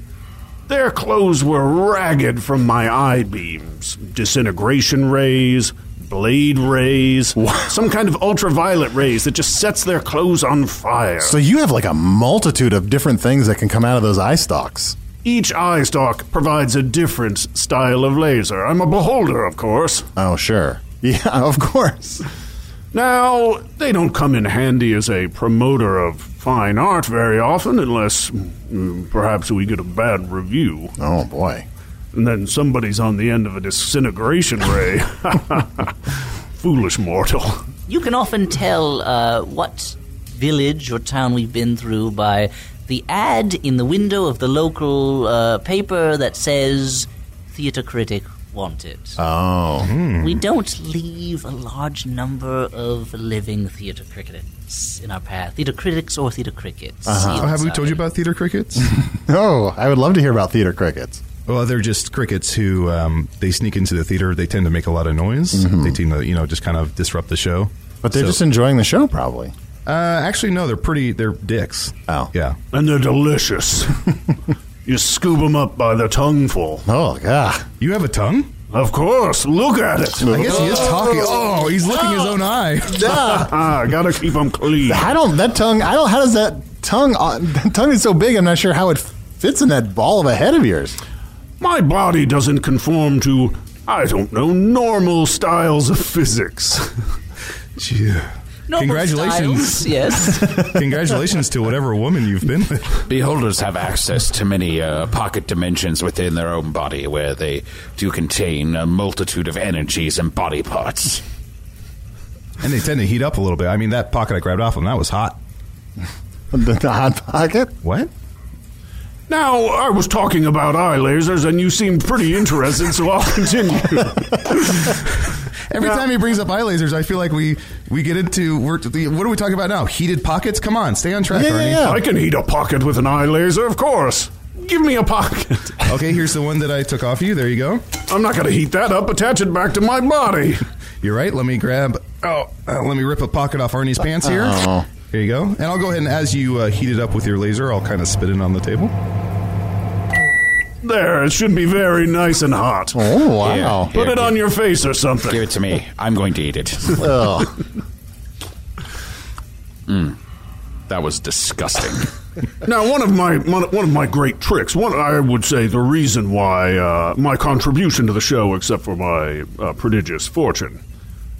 [SPEAKER 5] their clothes were ragged from my eye beams, disintegration rays, blade rays, some kind of ultraviolet rays that just sets their clothes on fire.
[SPEAKER 2] So you have like a multitude of different things that can come out of those eye stalks.
[SPEAKER 5] Each eye stalk provides a different style of laser. I'm a beholder, of course.
[SPEAKER 2] Oh, sure. Yeah, of course.
[SPEAKER 5] Now, they don't come in handy as a promoter of fine art very often unless mm, perhaps we get a bad review.
[SPEAKER 2] Oh, boy.
[SPEAKER 5] And then somebody's on the end of a disintegration ray. Foolish mortal.
[SPEAKER 6] You can often tell uh, what village or town we've been through by the ad in the window of the local uh, paper that says "Theater Critic Wanted."
[SPEAKER 2] Oh.
[SPEAKER 3] Hmm.
[SPEAKER 5] Hmm.
[SPEAKER 6] We don't leave a large number of living theater crickets in our path. Theater critics or theater crickets.
[SPEAKER 5] Uh-huh.
[SPEAKER 3] Oh, have we told you about theater crickets?
[SPEAKER 2] Uh-huh. Oh, I would love to hear about theater crickets.
[SPEAKER 3] well, they're just crickets who um, they sneak into the theater. They tend to make a lot of noise. They tend to you know just kind of disrupt the show.
[SPEAKER 2] Mm-hmm. But they're
[SPEAKER 3] So-
[SPEAKER 2] just enjoying the show, probably.
[SPEAKER 3] Uh, actually, no, they're pretty. They're dicks.
[SPEAKER 2] Oh.
[SPEAKER 3] yeah.
[SPEAKER 5] And they're delicious. you scoop 'em up by the tongueful.
[SPEAKER 2] Oh, God.
[SPEAKER 3] You have a tongue?
[SPEAKER 5] Of course, look at it.
[SPEAKER 3] I guess he is talking. Oh, he's licking his own eye.
[SPEAKER 5] I Ah, gotta keep 'em clean.
[SPEAKER 2] I don't, that tongue, I don't, how does that tongue, uh, that tongue is so big, I'm not sure how it fits in that ball of a head of yours.
[SPEAKER 5] My body doesn't conform to, I don't know, normal styles of physics.
[SPEAKER 3] Congratulations.
[SPEAKER 6] yes.
[SPEAKER 3] Congratulations to whatever woman you've been with.
[SPEAKER 4] Beholders have access to many uh, pocket dimensions within their own body where they do contain a multitude of energies and body parts.
[SPEAKER 3] And they tend to heat up a little bit. I mean, that pocket I grabbed off him, that was hot.
[SPEAKER 2] The, the hot pocket?
[SPEAKER 3] What?
[SPEAKER 5] now, I was talking about eye lasers, and you seemed pretty interested, so I'll continue.
[SPEAKER 3] Every time he brings up eye lasers, I feel like we we get into we're, the- what are we talking about now? Heated pockets? Come on, stay on track,
[SPEAKER 2] Yeah, yeah,
[SPEAKER 3] Arnie.
[SPEAKER 2] yeah.
[SPEAKER 5] I can heat a pocket with an eye laser, of course. Give me a pocket.
[SPEAKER 3] Okay, here's the one that I took off you. There you go.
[SPEAKER 5] I'm not going to heat that up. Attach it back to my body.
[SPEAKER 3] You're right. Let me grab. Oh, uh, let me rip a pocket off Arnie's pants here.
[SPEAKER 2] Oh.
[SPEAKER 3] Here you go. And I'll go ahead and as you uh, heat it up with your laser, I'll kind of spit it on the table.
[SPEAKER 5] There, it should be very nice and hot. uh,
[SPEAKER 2] Oh, wow.
[SPEAKER 5] Put it on your face or something.
[SPEAKER 4] Give it to me. I'm going to eat it.
[SPEAKER 2] Ugh.
[SPEAKER 4] Hmm. That was disgusting.
[SPEAKER 5] Now, one of my one, one of my great tricks, one I would say the reason why uh, my contribution to the show, except for my uh, prodigious fortune,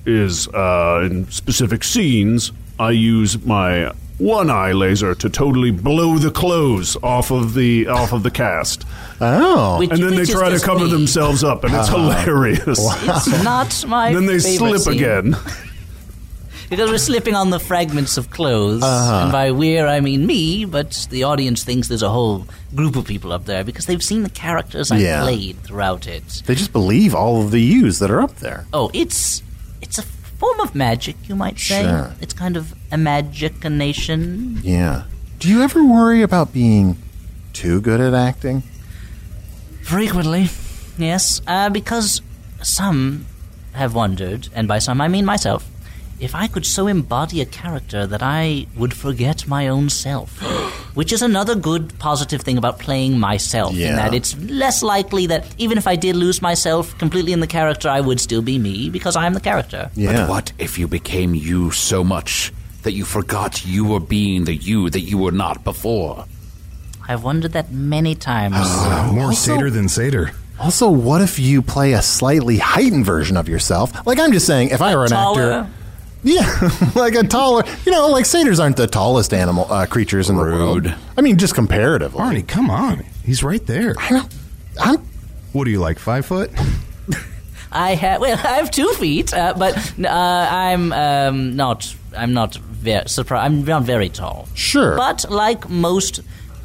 [SPEAKER 5] is uh, in specific scenes I use my one eye laser to totally blow the clothes off of the off of the cast,
[SPEAKER 2] Oh. Uh-huh.
[SPEAKER 6] Which-
[SPEAKER 5] and then they
[SPEAKER 6] which is
[SPEAKER 5] try to
[SPEAKER 6] just
[SPEAKER 5] cover
[SPEAKER 6] me.
[SPEAKER 5] themselves up, and it's hilarious.
[SPEAKER 6] It's not my
[SPEAKER 5] Uh-huh. then they
[SPEAKER 6] favorite
[SPEAKER 5] slip
[SPEAKER 6] scene.
[SPEAKER 5] again.
[SPEAKER 6] Because we're slipping on the fragments of clothes.
[SPEAKER 2] Uh-huh.
[SPEAKER 6] And by we're, I mean me, but the audience thinks there's a whole group of people up there because they've seen the characters I
[SPEAKER 2] Yeah.
[SPEAKER 6] played throughout it.
[SPEAKER 2] They just believe all of the yous that are up there.
[SPEAKER 6] Oh, it's it's a form of magic, you might say.
[SPEAKER 2] Sure.
[SPEAKER 6] It's kind of imagination.
[SPEAKER 2] Yeah. Do you ever worry about being too good at acting?
[SPEAKER 6] Frequently, yes, uh, because some have wondered, and by some I mean myself, if I could so embody a character that I would forget my own self. Which is another good positive thing about playing myself, in
[SPEAKER 2] Yeah.
[SPEAKER 6] that it's less likely that even if I did lose myself completely in the character, I would still be me because I am the character.
[SPEAKER 2] Yeah.
[SPEAKER 4] But what if you became you so much that you forgot you were being the you that you were not before.
[SPEAKER 6] I've wondered that many times.
[SPEAKER 2] Oh,
[SPEAKER 3] More satyr than satyr.
[SPEAKER 2] Also, what if you play a slightly heightened version of yourself? Like I'm just saying, if I were an
[SPEAKER 6] Taller.
[SPEAKER 2] actor, yeah, like a taller, you know, like satyrs aren't the tallest animal uh, creatures in the world. I mean, just comparatively.
[SPEAKER 3] Arnie, come on. He's right there.
[SPEAKER 2] I don't- I'm-
[SPEAKER 3] What are you like, five foot?
[SPEAKER 6] I have well, I have two feet, uh, but uh, I'm um, not. I'm not very surprised. I'm not very tall.
[SPEAKER 2] Sure.
[SPEAKER 6] but like most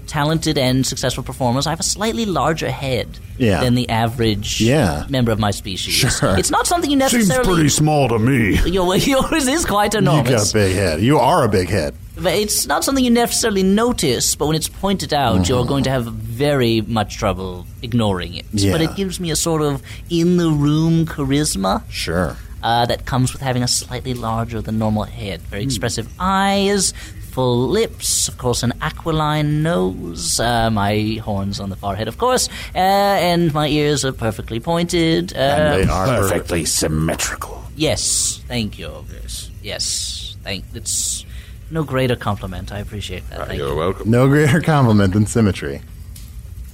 [SPEAKER 6] talented and successful performers, I have a slightly larger head
[SPEAKER 2] Yeah.
[SPEAKER 6] than the average
[SPEAKER 2] Yeah.
[SPEAKER 6] member of my species.
[SPEAKER 2] Sure.
[SPEAKER 6] It's not something you
[SPEAKER 5] Seems
[SPEAKER 6] necessarily.
[SPEAKER 5] pretty small to me.
[SPEAKER 6] Your, yours is quite
[SPEAKER 2] you
[SPEAKER 6] enormous.
[SPEAKER 2] got a big head. You are a big head.
[SPEAKER 6] But It's not something you necessarily notice, but when it's pointed out,
[SPEAKER 2] Mm-hmm.
[SPEAKER 6] you're going to have very much trouble ignoring it.
[SPEAKER 2] Yeah.
[SPEAKER 6] But it gives me a sort of in the room charisma
[SPEAKER 2] Sure.
[SPEAKER 6] uh, that comes with having a slightly larger than normal head,
[SPEAKER 2] Hmm.
[SPEAKER 6] very expressive eyes, full lips, of course, an aquiline nose, uh, my horns on the forehead, of course, uh, and my ears are perfectly pointed. Uh,
[SPEAKER 2] They are
[SPEAKER 4] Perfectly symmetrical.
[SPEAKER 6] yes, thank you, Ogres. Yes, thank. It's no greater compliment. I appreciate that. Thank you.
[SPEAKER 4] welcome.
[SPEAKER 2] No greater compliment than symmetry.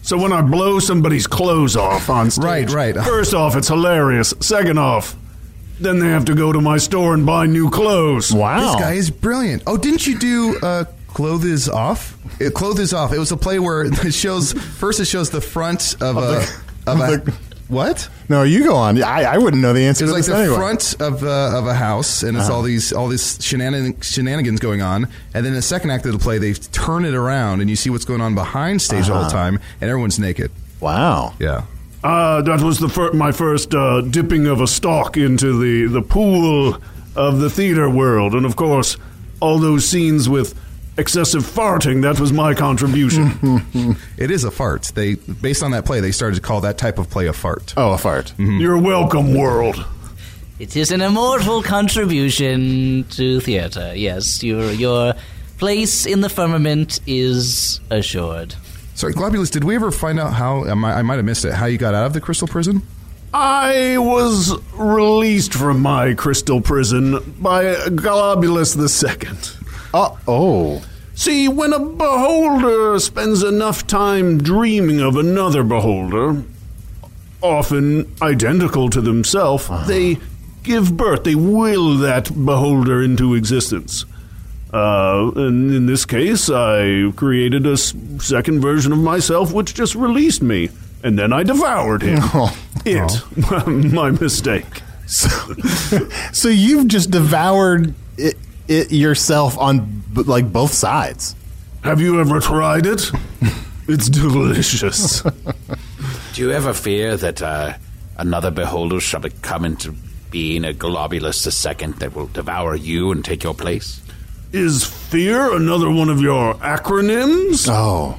[SPEAKER 5] So when I blow somebody's clothes off on stage,
[SPEAKER 3] Right, right.
[SPEAKER 5] First off, it's hilarious. Second off, then they have to go to my store and buy new clothes.
[SPEAKER 2] Wow.
[SPEAKER 3] This guy is brilliant. Oh, didn't you do uh, Clothes is Off? Uh, Clothes is Off. It was a play where it shows, first it shows the front of, a. Of a what?
[SPEAKER 2] No, you go on. I, I wouldn't know the answer
[SPEAKER 3] It was
[SPEAKER 2] to
[SPEAKER 3] like
[SPEAKER 2] this
[SPEAKER 3] the
[SPEAKER 2] anyway.
[SPEAKER 3] front of uh, of a house, and
[SPEAKER 2] Uh-huh.
[SPEAKER 3] it's all these all these shenanan- shenanigans going on. And then in the second act of the play, they turn it around, and you see what's going on behind stage the whole time, and everyone's naked.
[SPEAKER 2] Uh-huh. Wow.
[SPEAKER 3] Yeah,
[SPEAKER 5] Uh, that was the fir- my first uh, dipping of a stock into the, the pool of the theater world. And of course, all those scenes with excessive farting, that was my contribution.
[SPEAKER 3] it is a fart. They based on that play, they started to call that type of play a fart. Mm-hmm.
[SPEAKER 2] Oh, a fart.
[SPEAKER 5] You're welcome, world.
[SPEAKER 6] It is an immortal contribution to theatre. Yes, your your place in the firmament is assured.
[SPEAKER 3] Sorry, Globulus, did we ever find out how? I might, I might have missed it. How you got out of the crystal prison?
[SPEAKER 5] I was released from my crystal prison by Globulus the Second.
[SPEAKER 2] Uh, oh.
[SPEAKER 5] See, when a beholder spends enough time dreaming of another beholder, often identical to themselves, they give birth, they will that beholder into existence. Uh, and in this case, I created a s- second version of myself which just released me, and then I devoured him. It. my mistake.
[SPEAKER 2] So, so you've just devoured it, it yourself on b- like both sides.
[SPEAKER 5] Have you ever tried it? It's delicious.
[SPEAKER 4] Do you ever fear that uh, another beholder shall come into being a globulus the second that will devour you and take your place?
[SPEAKER 5] Is fear another one of your acronyms?
[SPEAKER 2] Oh.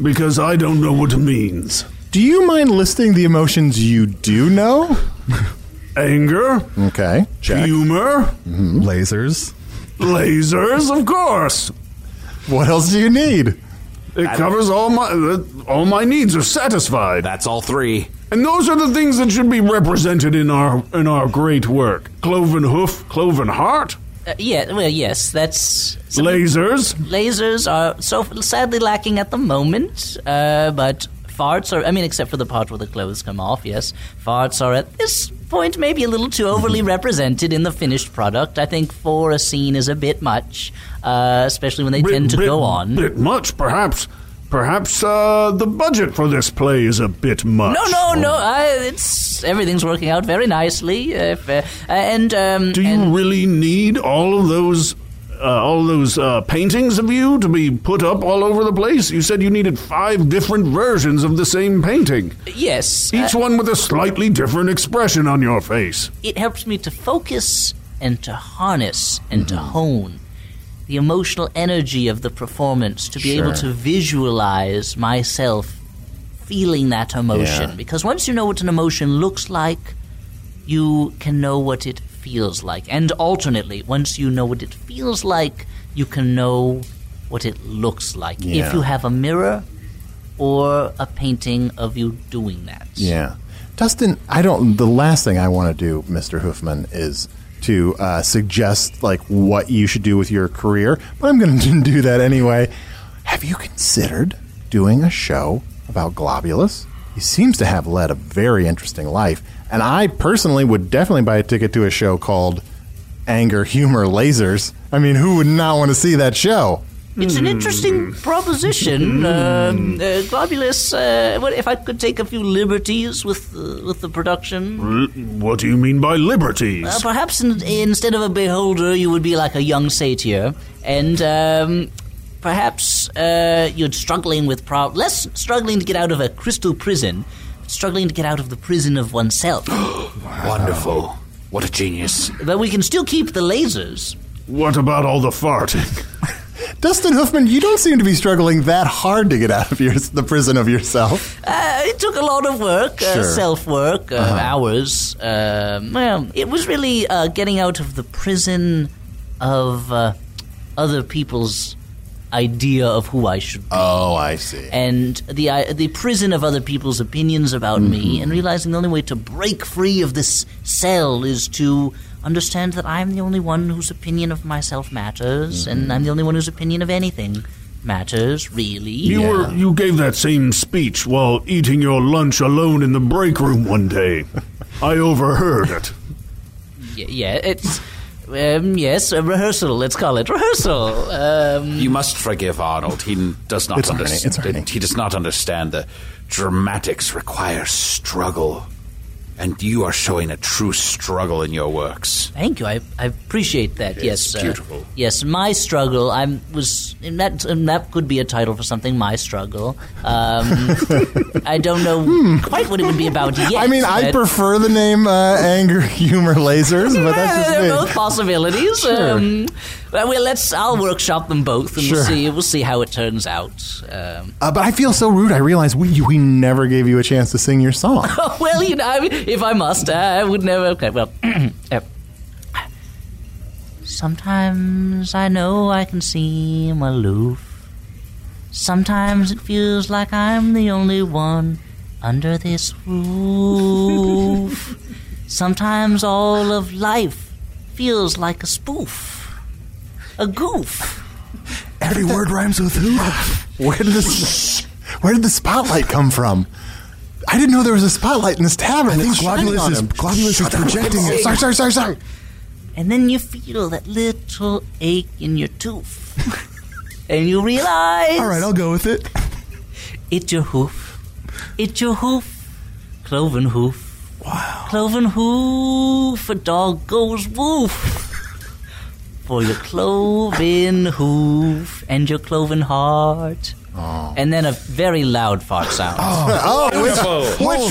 [SPEAKER 5] Because I don't know what it means.
[SPEAKER 2] Do you mind listing the emotions you do know?
[SPEAKER 5] Anger,
[SPEAKER 2] Okay.
[SPEAKER 5] humor,
[SPEAKER 2] Mm-hmm.
[SPEAKER 3] Lasers.
[SPEAKER 5] lasers, of course.
[SPEAKER 2] What else do you need?
[SPEAKER 5] It covers all my uh, all my needs are satisfied.
[SPEAKER 4] That's all three.
[SPEAKER 5] And those are the things that should be represented in our in our great work. Cloven hoof, cloven heart,
[SPEAKER 6] Uh, yeah, well, yes, that's
[SPEAKER 5] lasers.
[SPEAKER 6] lasers are so sadly lacking at the moment. Uh, but farts are, I mean, except for the part where the clothes come off. Yes, farts are at this point maybe a little too overly represented in the finished product. I think for a scene is a bit much, uh, especially when they
[SPEAKER 5] Bit-
[SPEAKER 6] tend to
[SPEAKER 5] bit-
[SPEAKER 6] go on.
[SPEAKER 5] Bit much, perhaps. Perhaps uh, the budget for this play is a bit much.
[SPEAKER 6] No, no, no. I, it's everything's working out very nicely. Uh, if, uh, and um,
[SPEAKER 5] Do you
[SPEAKER 6] and
[SPEAKER 5] really need all of those, uh, all those uh, paintings of you to be put up all over the place? You said you needed five different versions of the same painting,
[SPEAKER 6] yes,
[SPEAKER 5] each
[SPEAKER 6] uh,
[SPEAKER 5] one with a slightly different expression on your face.
[SPEAKER 6] it helps me to focus and to harness and to hone the emotional energy of the performance to be able to visualize myself feeling that emotion. Because once you know what an emotion looks like, you can know what it feels like. And alternately, once you know what it feels like, you can know what it looks like. If
[SPEAKER 2] Yeah.
[SPEAKER 6] you have a mirror or a painting of you doing that.
[SPEAKER 2] Yeah. Dustin, I don't. The last thing I want to do, Mr. Hoofman, is to uh, suggest like what you should do with your career, but I'm going to do that anyway. Have you considered doing a show about Globulus? He seems to have led a very interesting life, and I personally would definitely buy a ticket to a show called Anger, Humor, Lasers. I mean, who would not want to see that show?
[SPEAKER 6] It's an
[SPEAKER 2] Hmm.
[SPEAKER 6] interesting proposition. Um, uh, Globulus, uh, what, if I could take a few liberties with, uh, with the production.
[SPEAKER 5] L- what do you mean by liberties?
[SPEAKER 6] Uh, perhaps in, instead of a beholder, you would be like a young satyr, and um, perhaps uh, you're struggling with prob- less struggling to get out of a crystal prison, struggling to get out of the prison of oneself.
[SPEAKER 4] Wonderful. What a genius.
[SPEAKER 6] but we can still keep the lasers.
[SPEAKER 5] what about all the farting?
[SPEAKER 2] Dustin Hoofman, you don't seem to be struggling that hard to get out of your, the prison of yourself.
[SPEAKER 6] Uh, it took a lot of work, uh,
[SPEAKER 2] Sure. Uh-huh.
[SPEAKER 6] self work, uh, hours. Um well, it was really uh, getting out of the prison of uh, other people's idea of who I should be.
[SPEAKER 2] Oh, I see.
[SPEAKER 6] and the I the prison of other people's opinions about
[SPEAKER 2] Mm-hmm.
[SPEAKER 6] me, and realizing the only way to break free of this cell is to understand that I'm the only one whose opinion of myself matters,
[SPEAKER 2] Mm-hmm.
[SPEAKER 6] and I'm the only one whose opinion of anything matters, really.
[SPEAKER 5] You were you gave that same speech while eating your lunch alone in the break room one day. I overheard it.
[SPEAKER 6] Y- yeah, it's. Um, yes, a rehearsal, let's call it. Rehearsal! Um,
[SPEAKER 4] You must forgive Arnold. He n- does not
[SPEAKER 2] It's Arnie, it's
[SPEAKER 4] understand.
[SPEAKER 2] Arnie.
[SPEAKER 4] He does not understand that dramatics require struggle, and you are showing a true struggle in your works.
[SPEAKER 6] thank you, I, I appreciate that. yes, uh,
[SPEAKER 4] beautiful.
[SPEAKER 6] yes, my struggle. I was and that. And that could be a title for something. My struggle. Um, I don't know quite what it would be about yet.
[SPEAKER 2] Hmm. I mean, I
[SPEAKER 6] but-
[SPEAKER 2] prefer the name uh, Anger, Humor, Lasers, but that's
[SPEAKER 6] Eh,
[SPEAKER 2] just
[SPEAKER 6] they're
[SPEAKER 2] me.
[SPEAKER 6] both possibilities. Um, well, well, let's. I'll workshop them both, and
[SPEAKER 2] Sure.
[SPEAKER 6] we'll see. We'll see how it turns out. Um,
[SPEAKER 2] Uh, but I feel so rude. I realize we we never gave you a chance to sing your song.
[SPEAKER 6] well, you know, I mean, if I must, uh, I would never. Okay, well. uh, Sometimes I know I can seem aloof. Sometimes it feels like I'm the only one under this roof. Sometimes all of life feels like a spoof, a goof.
[SPEAKER 2] Every word rhymes with who. Where did this? Where did the spotlight come from? I didn't know there was a spotlight in this tavern. I think Globulus is Globulus is projecting it. Sorry, sorry, sorry, sorry.
[SPEAKER 6] And then you feel that little ache in your tooth. and you realize.
[SPEAKER 2] All right, I'll go with it.
[SPEAKER 6] It's your hoof. It's your hoof. Cloven hoof. Wow. Cloven hoof. A dog goes woof. For your cloven hoof and your cloven heart. And then a very loud fart sound.
[SPEAKER 2] Oh,
[SPEAKER 4] Beautiful.
[SPEAKER 2] which rhymes?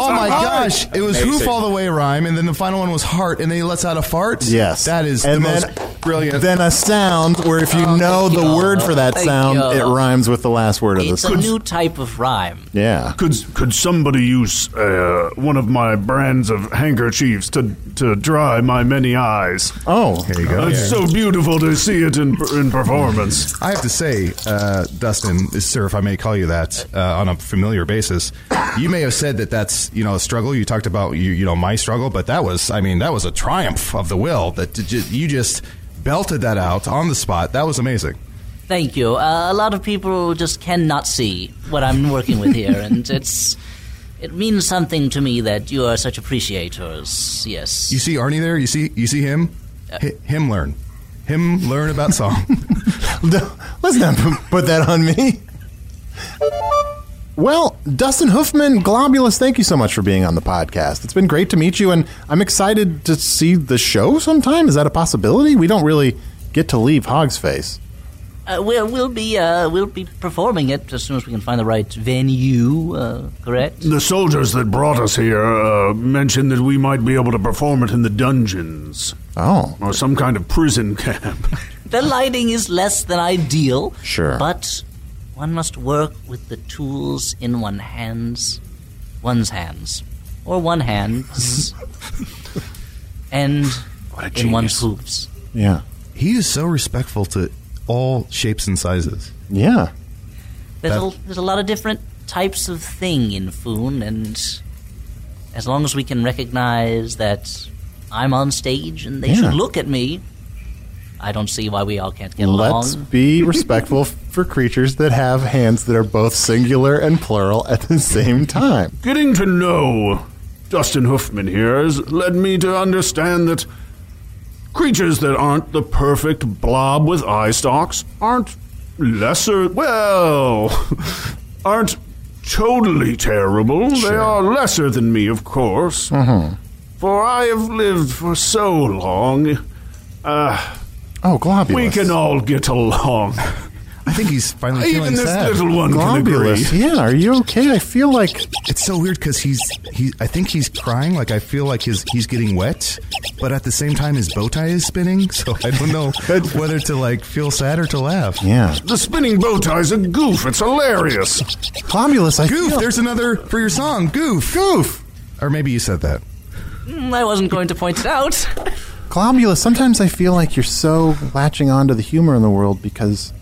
[SPEAKER 7] Oh my
[SPEAKER 2] with heart?
[SPEAKER 7] gosh! It was
[SPEAKER 4] Amazing.
[SPEAKER 7] hoof all the way rhyme, and then the final one was heart, and then he lets out a fart.
[SPEAKER 2] Yes,
[SPEAKER 7] that is
[SPEAKER 2] And
[SPEAKER 7] the
[SPEAKER 2] then-
[SPEAKER 7] most
[SPEAKER 3] Oh,
[SPEAKER 7] brilliant.
[SPEAKER 2] Then a sound where if Oh, you know the
[SPEAKER 6] you.
[SPEAKER 2] word for that
[SPEAKER 6] Thank
[SPEAKER 2] sound,
[SPEAKER 6] you.
[SPEAKER 2] it rhymes with the last word of
[SPEAKER 6] It's
[SPEAKER 2] the
[SPEAKER 6] a
[SPEAKER 2] song.
[SPEAKER 6] new type of rhyme.
[SPEAKER 2] Yeah.
[SPEAKER 5] Could could somebody use uh, one of my brands of handkerchiefs to to dry my many eyes?
[SPEAKER 2] Oh, there you go.
[SPEAKER 5] It's so beautiful to see it in in performance.
[SPEAKER 3] I have to say, uh, Dustin, sir, if I may call you that, uh, on a familiar basis, you may have said that that's you know a struggle. You talked about you you know my struggle, but that was I mean that was a triumph of the will that to ju- you just belted that out on the spot. That was amazing.
[SPEAKER 6] Thank you. Uh, a lot of people just cannot see what I'm working with here, and it's it means something to me that you are such appreciators. Yes.
[SPEAKER 3] You see Arnie there. You see you see him. Hi him learn. Him learn about song.
[SPEAKER 2] Let's not p- put that on me. Well, Dustin Hoofman, Globulus, thank you so much for being on the podcast. It's been great to meet you, and I'm excited to see the show sometime. Is that a possibility? We don't really get to leave Hog's Face.
[SPEAKER 6] Uh, we'll, we'll be uh, we'll be performing it as soon as we can find the right venue. Uh, correct.
[SPEAKER 5] The soldiers that brought us here uh, mentioned that we might be able to perform it in the dungeons
[SPEAKER 2] Oh,
[SPEAKER 5] or some kind of prison camp.
[SPEAKER 6] The lighting is less than ideal.
[SPEAKER 2] Sure.
[SPEAKER 6] But one must work with the tools in one hands, one's hands, or one hands, and in one's hooves.
[SPEAKER 2] yeah.
[SPEAKER 3] he is so respectful to all shapes and sizes.
[SPEAKER 2] Yeah.
[SPEAKER 6] There's a,
[SPEAKER 3] That-
[SPEAKER 6] there's a lot of different types of thing in Foon, and as long as we can recognize that I'm on stage and they
[SPEAKER 2] Yeah.
[SPEAKER 6] should look at me. I don't see why we all can't get
[SPEAKER 2] Let's
[SPEAKER 6] along.
[SPEAKER 2] be respectful for creatures that have hands that are both singular and plural at the same time.
[SPEAKER 5] Getting to know Dustin Hoofman here has led me to understand that creatures that aren't the perfect blob with eye stalks aren't lesser. Well, aren't totally terrible. They are lesser than me, of course.
[SPEAKER 3] Mm-hmm.
[SPEAKER 5] For I have lived for so long. Uh,
[SPEAKER 2] oh, globulus.
[SPEAKER 5] We can all get along.
[SPEAKER 3] I think he's finally
[SPEAKER 5] Even
[SPEAKER 3] feeling
[SPEAKER 5] this
[SPEAKER 3] sad.
[SPEAKER 5] little one can agree.
[SPEAKER 2] Globulus. Yeah, are you okay? I feel like
[SPEAKER 3] it's so weird because he's he. I think he's crying. Like I feel like his he's getting wet, but at the same time his bow tie is spinning. So I don't know whether to like feel sad or to laugh.
[SPEAKER 2] Yeah,
[SPEAKER 5] The spinning bow tie's a goof. It's hilarious.
[SPEAKER 2] globulus. I
[SPEAKER 3] goof.
[SPEAKER 2] feel
[SPEAKER 3] There's another for your song, goof,
[SPEAKER 2] goof.
[SPEAKER 3] or maybe you said that.
[SPEAKER 6] Mm, I wasn't going to point it out.
[SPEAKER 2] Globulus, sometimes I feel like you're so latching onto the humor in the world because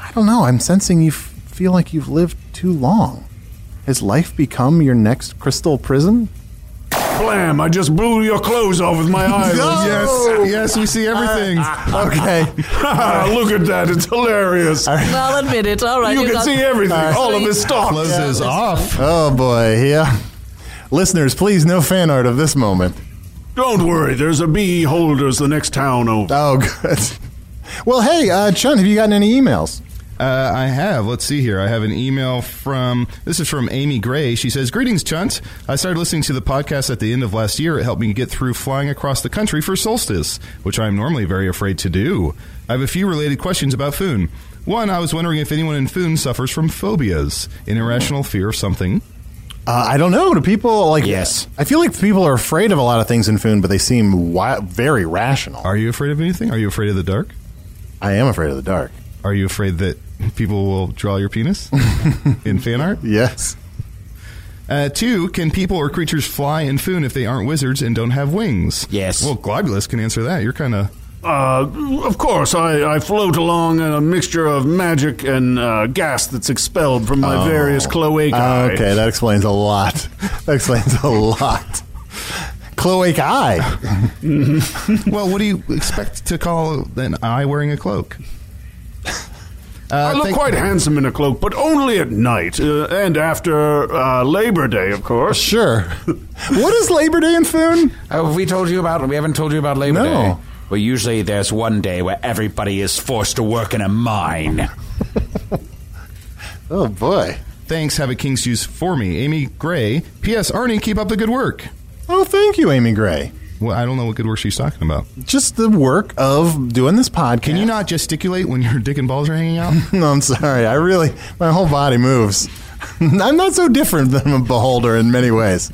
[SPEAKER 2] I don't know. I'm sensing you f- feel like you've lived too long. Has life become your next crystal prison?
[SPEAKER 5] Blam! I just blew your clothes off with my eyes.
[SPEAKER 3] Yes, yes, we see everything.
[SPEAKER 2] Okay.
[SPEAKER 5] Look at that. It's hilarious.
[SPEAKER 6] I'll admit it. All right.
[SPEAKER 5] You
[SPEAKER 6] you're
[SPEAKER 5] can
[SPEAKER 6] not-
[SPEAKER 5] see everything. All of his stalks.
[SPEAKER 3] Closes off.
[SPEAKER 2] Oh boy, yeah. Listeners, please no fan art of this moment.
[SPEAKER 5] Don't worry. There's a bee holders the next town over.
[SPEAKER 2] Oh, good. Well, hey, uh, Chun, have you gotten any emails?
[SPEAKER 3] Uh, I have. Let's see here. I have an email from. This is from Amy Gray. She says, "Greetings, Chunt. I started listening to the podcast at the end of last year. It helped me get through flying across the country for solstice, which I am normally very afraid to do. I have a few related questions about Foon. One, I was wondering if anyone in Foon suffers from phobias, an irrational fear of something.
[SPEAKER 2] Uh, I don't know. Do people like?
[SPEAKER 4] Yes.
[SPEAKER 2] I feel like people are afraid of a lot of things in Foon, but they seem wi- very rational.
[SPEAKER 3] Are you afraid of anything? Are you afraid of the dark?
[SPEAKER 2] I am afraid of the dark.
[SPEAKER 3] Are you afraid that people will draw your penis in fan art?
[SPEAKER 2] Yes.
[SPEAKER 3] Uh, two, can people or creatures fly in Foon if they aren't wizards and don't have wings?
[SPEAKER 4] Yes.
[SPEAKER 3] Well, Globulus can answer that. You're kind of.
[SPEAKER 5] Uh, of course, I, I float along in a mixture of magic and uh, gas that's expelled from
[SPEAKER 3] Oh.
[SPEAKER 5] my various cloacae.
[SPEAKER 2] Okay, that explains a lot. That explains a lot. Cloac eye.
[SPEAKER 3] well, what do you expect to call an eye wearing a cloak? Uh,
[SPEAKER 5] I look
[SPEAKER 3] thank-
[SPEAKER 5] quite handsome in a cloak, but only at night uh, and after uh, Labor Day, of course.
[SPEAKER 2] Sure. what is Labor Day in Foon?
[SPEAKER 4] Oh, have we told you about? We haven't told you about Labor
[SPEAKER 2] No.
[SPEAKER 4] Day. Well, usually there's one day where everybody is forced to work in a mine.
[SPEAKER 2] Oh boy.
[SPEAKER 3] Thanks, have a king's use for me. Amy Gray. P.S. Arnie, keep up the good work.
[SPEAKER 2] Oh, thank you, Amy Gray.
[SPEAKER 3] Well, I don't know what good work she's talking about.
[SPEAKER 2] Just the work of doing this podcast.
[SPEAKER 3] Can you not gesticulate when your dick and balls are hanging out?
[SPEAKER 2] No, I'm sorry. I really, my whole body moves. I'm not so different than a beholder in many ways.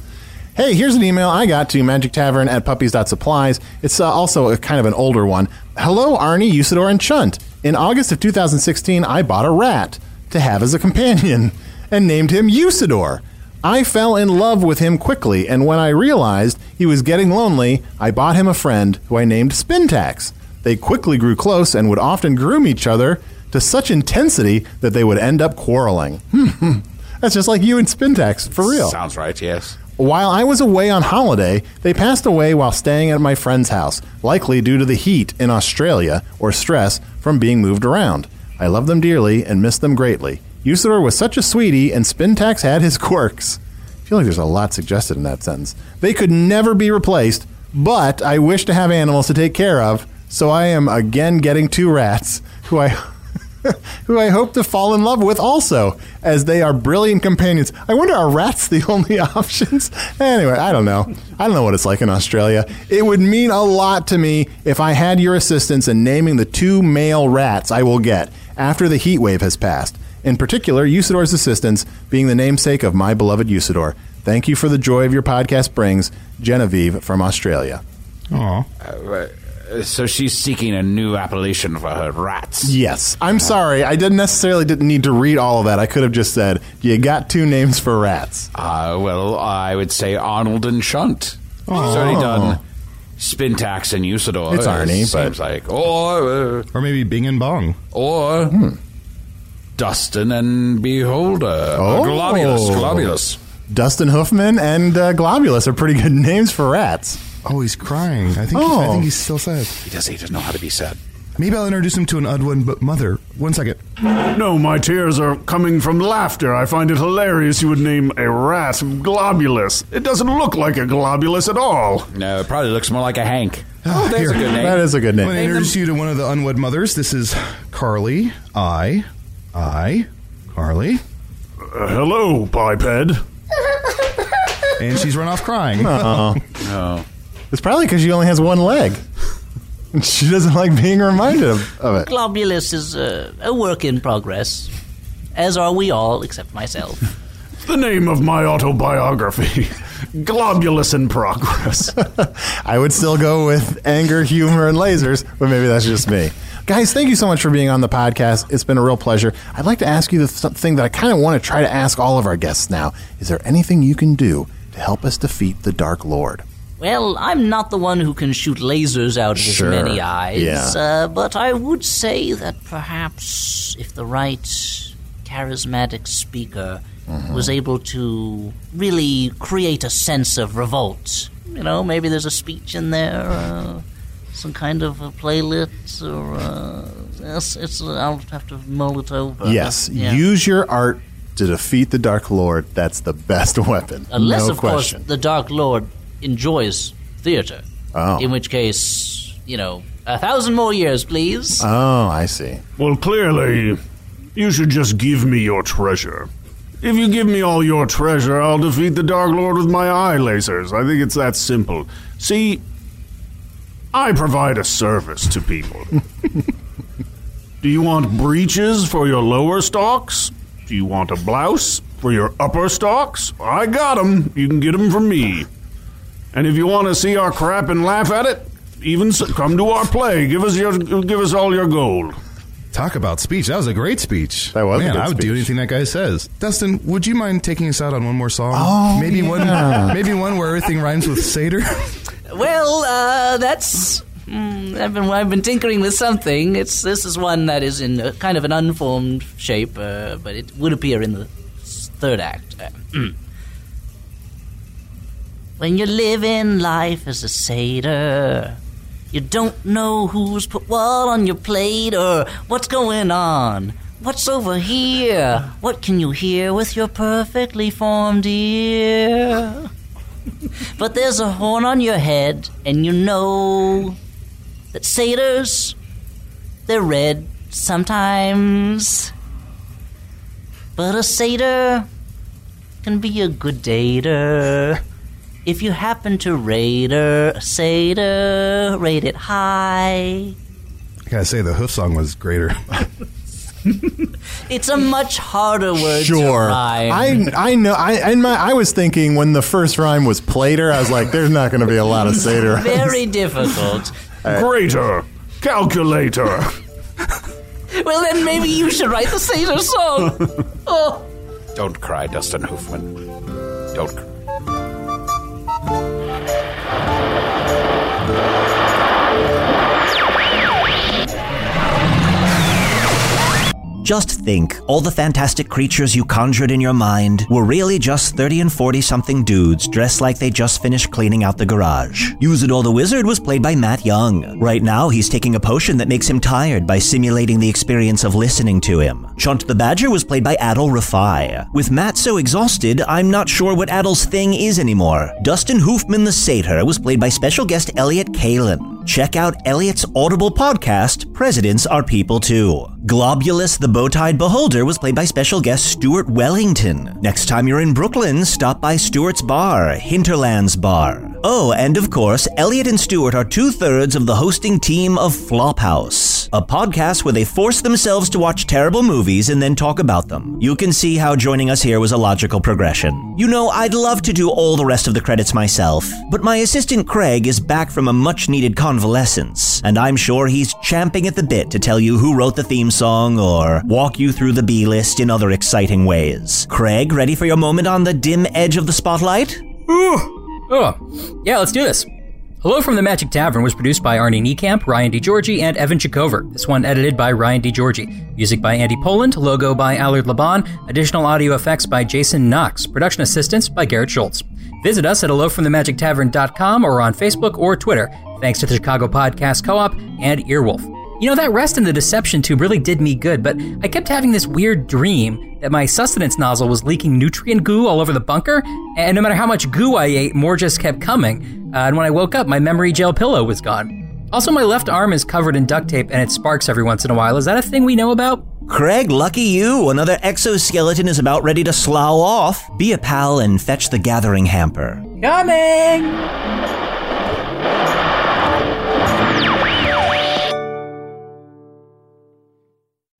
[SPEAKER 2] Hey, here's an email I got to Magic Tavern at puppies.supplies. It's uh, also a kind of an older one. Hello, Arnie, Usador, and Chunt. In August of 2016, I bought a rat to have as a companion and named him Usador. I fell in love with him quickly, and when I realized he was getting lonely, I bought him a friend who I named Spintax. They quickly grew close and would often groom each other to such intensity that they would end up quarreling. Hmm. That's just like you and Spintax, for real.
[SPEAKER 4] Sounds right. Yes.
[SPEAKER 2] While I was away on holiday, they passed away while staying at my friend's house, likely due to the heat in Australia or stress from being moved around. I love them dearly and miss them greatly. Usador was such a sweetie, and Spintax had his quirks. I feel like there's a lot suggested in that sentence. They could never be replaced, but I wish to have animals to take care of, so I am again getting two rats who I who I hope to fall in love with also, as they are brilliant companions. I wonder are rats the only options? Anyway, I don't know. I don't know what it's like in Australia. It would mean a lot to me if I had your assistance in naming the two male rats I will get after the heat wave has passed. In particular, Usador's assistance being the namesake of my beloved Usador. Thank you for the joy of your podcast brings, Genevieve from Australia.
[SPEAKER 3] Aw.
[SPEAKER 4] Uh, So she's seeking a new appellation for her rats.
[SPEAKER 2] Yes, I'm sorry. I didn't necessarily didn't need to read all of that. I could have just said you got two names for rats.
[SPEAKER 4] Uh, well, I would say Arnold and Shunt.
[SPEAKER 2] Oh.
[SPEAKER 4] He's already done Spintax and Usador.
[SPEAKER 2] It's Arnie,
[SPEAKER 4] it seems
[SPEAKER 2] but-
[SPEAKER 4] like or uh,
[SPEAKER 3] Or maybe Bing and Bong.
[SPEAKER 4] or Dustin and Beholder. Uh,
[SPEAKER 2] Oh.
[SPEAKER 4] Or Globulus, Globulus.
[SPEAKER 2] Dustin Hoofman and uh, Globulus are pretty good names for rats.
[SPEAKER 3] Oh, he's crying. I think. I
[SPEAKER 7] Oh.
[SPEAKER 3] think he's still sad.
[SPEAKER 4] He does. He does know how to be sad.
[SPEAKER 3] Maybe I'll introduce him to an Udwin but mother. One second.
[SPEAKER 5] No, my tears are coming from laughter. I find it hilarious you would name a rat Globulus. It doesn't look like a globulus at all.
[SPEAKER 4] No, it probably looks more like a Hank. Oh, there's a
[SPEAKER 3] Here.
[SPEAKER 4] good name.
[SPEAKER 3] I'm going to introduce you to one of the unwed mothers. This is Carly. I. I. Carly.
[SPEAKER 5] Uh, hello, biped.
[SPEAKER 3] And she's run off crying.
[SPEAKER 2] Oh.
[SPEAKER 4] No.
[SPEAKER 2] It's probably because she only has one leg. And she doesn't like being reminded of, of it.
[SPEAKER 6] Globulus is uh, a work in progress, as are we all, except myself.
[SPEAKER 5] The name of my autobiography Globulus in Progress.
[SPEAKER 2] I would still go with anger, humor, and lasers, but maybe that's just me. Guys, thank you so much for being on the podcast. It's been a real pleasure. I'd like to ask you the th- thing that I kind of want to try to ask all of our guests now. Is there anything you can do to help us defeat the Dark Lord?
[SPEAKER 6] Well, I'm not the one who can shoot lasers out of his
[SPEAKER 2] Sure,
[SPEAKER 6] many eyes,
[SPEAKER 2] yeah.
[SPEAKER 6] uh, but I would say that perhaps if the right charismatic speaker
[SPEAKER 2] Mm-hmm.
[SPEAKER 6] was able to really create a sense of revolt, you know, maybe there's a speech in there, uh, some kind of a playlist, or uh, it's, it's, I'll have to mull it over.
[SPEAKER 2] yes,
[SPEAKER 6] Uh-huh. Yeah.
[SPEAKER 2] use your art to defeat the Dark Lord. That's the best weapon.
[SPEAKER 6] Unless,
[SPEAKER 2] no
[SPEAKER 6] of
[SPEAKER 2] question.
[SPEAKER 6] course, the Dark Lord enjoys theater.
[SPEAKER 2] Oh.
[SPEAKER 6] In which case, you know, a thousand more years, please.
[SPEAKER 2] Oh, I see.
[SPEAKER 5] well, clearly, you should just give me your treasure. If you give me all your treasure, I'll defeat the Dark Lord with my eye lasers. I think it's that simple. See, I provide a service to people. Do you want breeches for your lower stalks? Do you want a blouse for your upper stalks? I got 'em. You can get 'em from me. And if you want to see our crap and laugh at it, even s come to our play. Give us your, give us all your gold.
[SPEAKER 3] Talk about speech. That was a great speech. That
[SPEAKER 2] was a
[SPEAKER 3] Man,
[SPEAKER 2] good
[SPEAKER 3] I would do
[SPEAKER 2] speech.
[SPEAKER 3] anything that guy says. Dustin, would you mind taking us out on one more song?
[SPEAKER 2] Oh,
[SPEAKER 3] maybe
[SPEAKER 2] yeah.
[SPEAKER 3] one. Maybe one where everything rhymes with Seder.
[SPEAKER 6] Well, uh, that's. hmm, I've been I've been tinkering with something. It's this is one that is in a, kind of an unformed shape, uh, but it would appear in the s- third act. Uh, when you're living life as a satyr, you don't know who's put what on your plate or what's going on. What's over here? What can you hear with your perfectly formed ear? But there's a horn on your head, and you know that satyrs, they're red sometimes. But a satyr can be a good dater. If you happen to rate her, satyr, rate it high.
[SPEAKER 3] I gotta say, the hoof song was greater.
[SPEAKER 6] It's a much harder word to
[SPEAKER 2] Sure,
[SPEAKER 6] rhyme.
[SPEAKER 2] I I know. I in my I was thinking when the first rhyme was Plater, I was like, "There's not going to be a lot of Seder."
[SPEAKER 6] Very difficult.
[SPEAKER 5] Greater calculator.
[SPEAKER 6] Well, then maybe you should write the satyr song. Oh.
[SPEAKER 4] Don't cry, Dustin Hoofman. Don't cry.
[SPEAKER 1] Just think, all the fantastic creatures you conjured in your mind were really just 30 and 40 something dudes dressed like they just finished cleaning out the garage. Usador the Wizard was played by Matt Young. Right now, he's taking a potion that makes him tired by simulating the experience of listening to him. Chunt the Badger was played by Adol Rafai. With Matt so exhausted, I'm not sure what Adol's thing is anymore. Dustin Hoofman the Satyr was played by special guest Elliot Kalin. Check out Elliot's Audible podcast, Presidents Are People Too. Globulus the Bowtied Beholder was played by special guest Stuart Wellington. Next time you're in Brooklyn, stop by Stuart's Bar, Hinterlands Bar. Oh, and of course, Elliot and Stuart are two thirds of the hosting team of Flophouse, a podcast where they force themselves to watch terrible movies and then talk about them. You can see how joining us here was a logical progression. You know, I'd love to do all the rest of the credits myself, but my assistant Craig is back from a much needed convalescence, and I'm sure he's champing at the bit to tell you who wrote the theme song or walk you through the B list in other exciting ways. Craig, ready for your moment on the dim edge of the spotlight?
[SPEAKER 8] Oh, yeah, let's do this. Hello from the Magic Tavern was produced by Arnie Niekamp, Ryan DiGiorgi, and Evan Chikover. This one edited by Ryan DiGiorgi. Music by Andy Poland, logo by Allard Laban, additional audio effects by Jason Knox, production assistance by Garrett Schultz. Visit us at hellofromthemagictavern.com or on Facebook or Twitter. Thanks to the Chicago Podcast Co op and Earwolf. You know, that rest and the deception tube really did me good, but I kept having this weird dream that my sustenance nozzle was leaking nutrient goo all over the bunker, and no matter how much goo I ate, more just kept coming. Uh, and when I woke up, my memory gel pillow was gone. Also, my left arm is covered in duct tape and it sparks every once in a while. Is that a thing we know about?
[SPEAKER 1] Craig, lucky you! Another exoskeleton is about ready to slough off. Be a pal and fetch the gathering hamper.
[SPEAKER 8] Coming!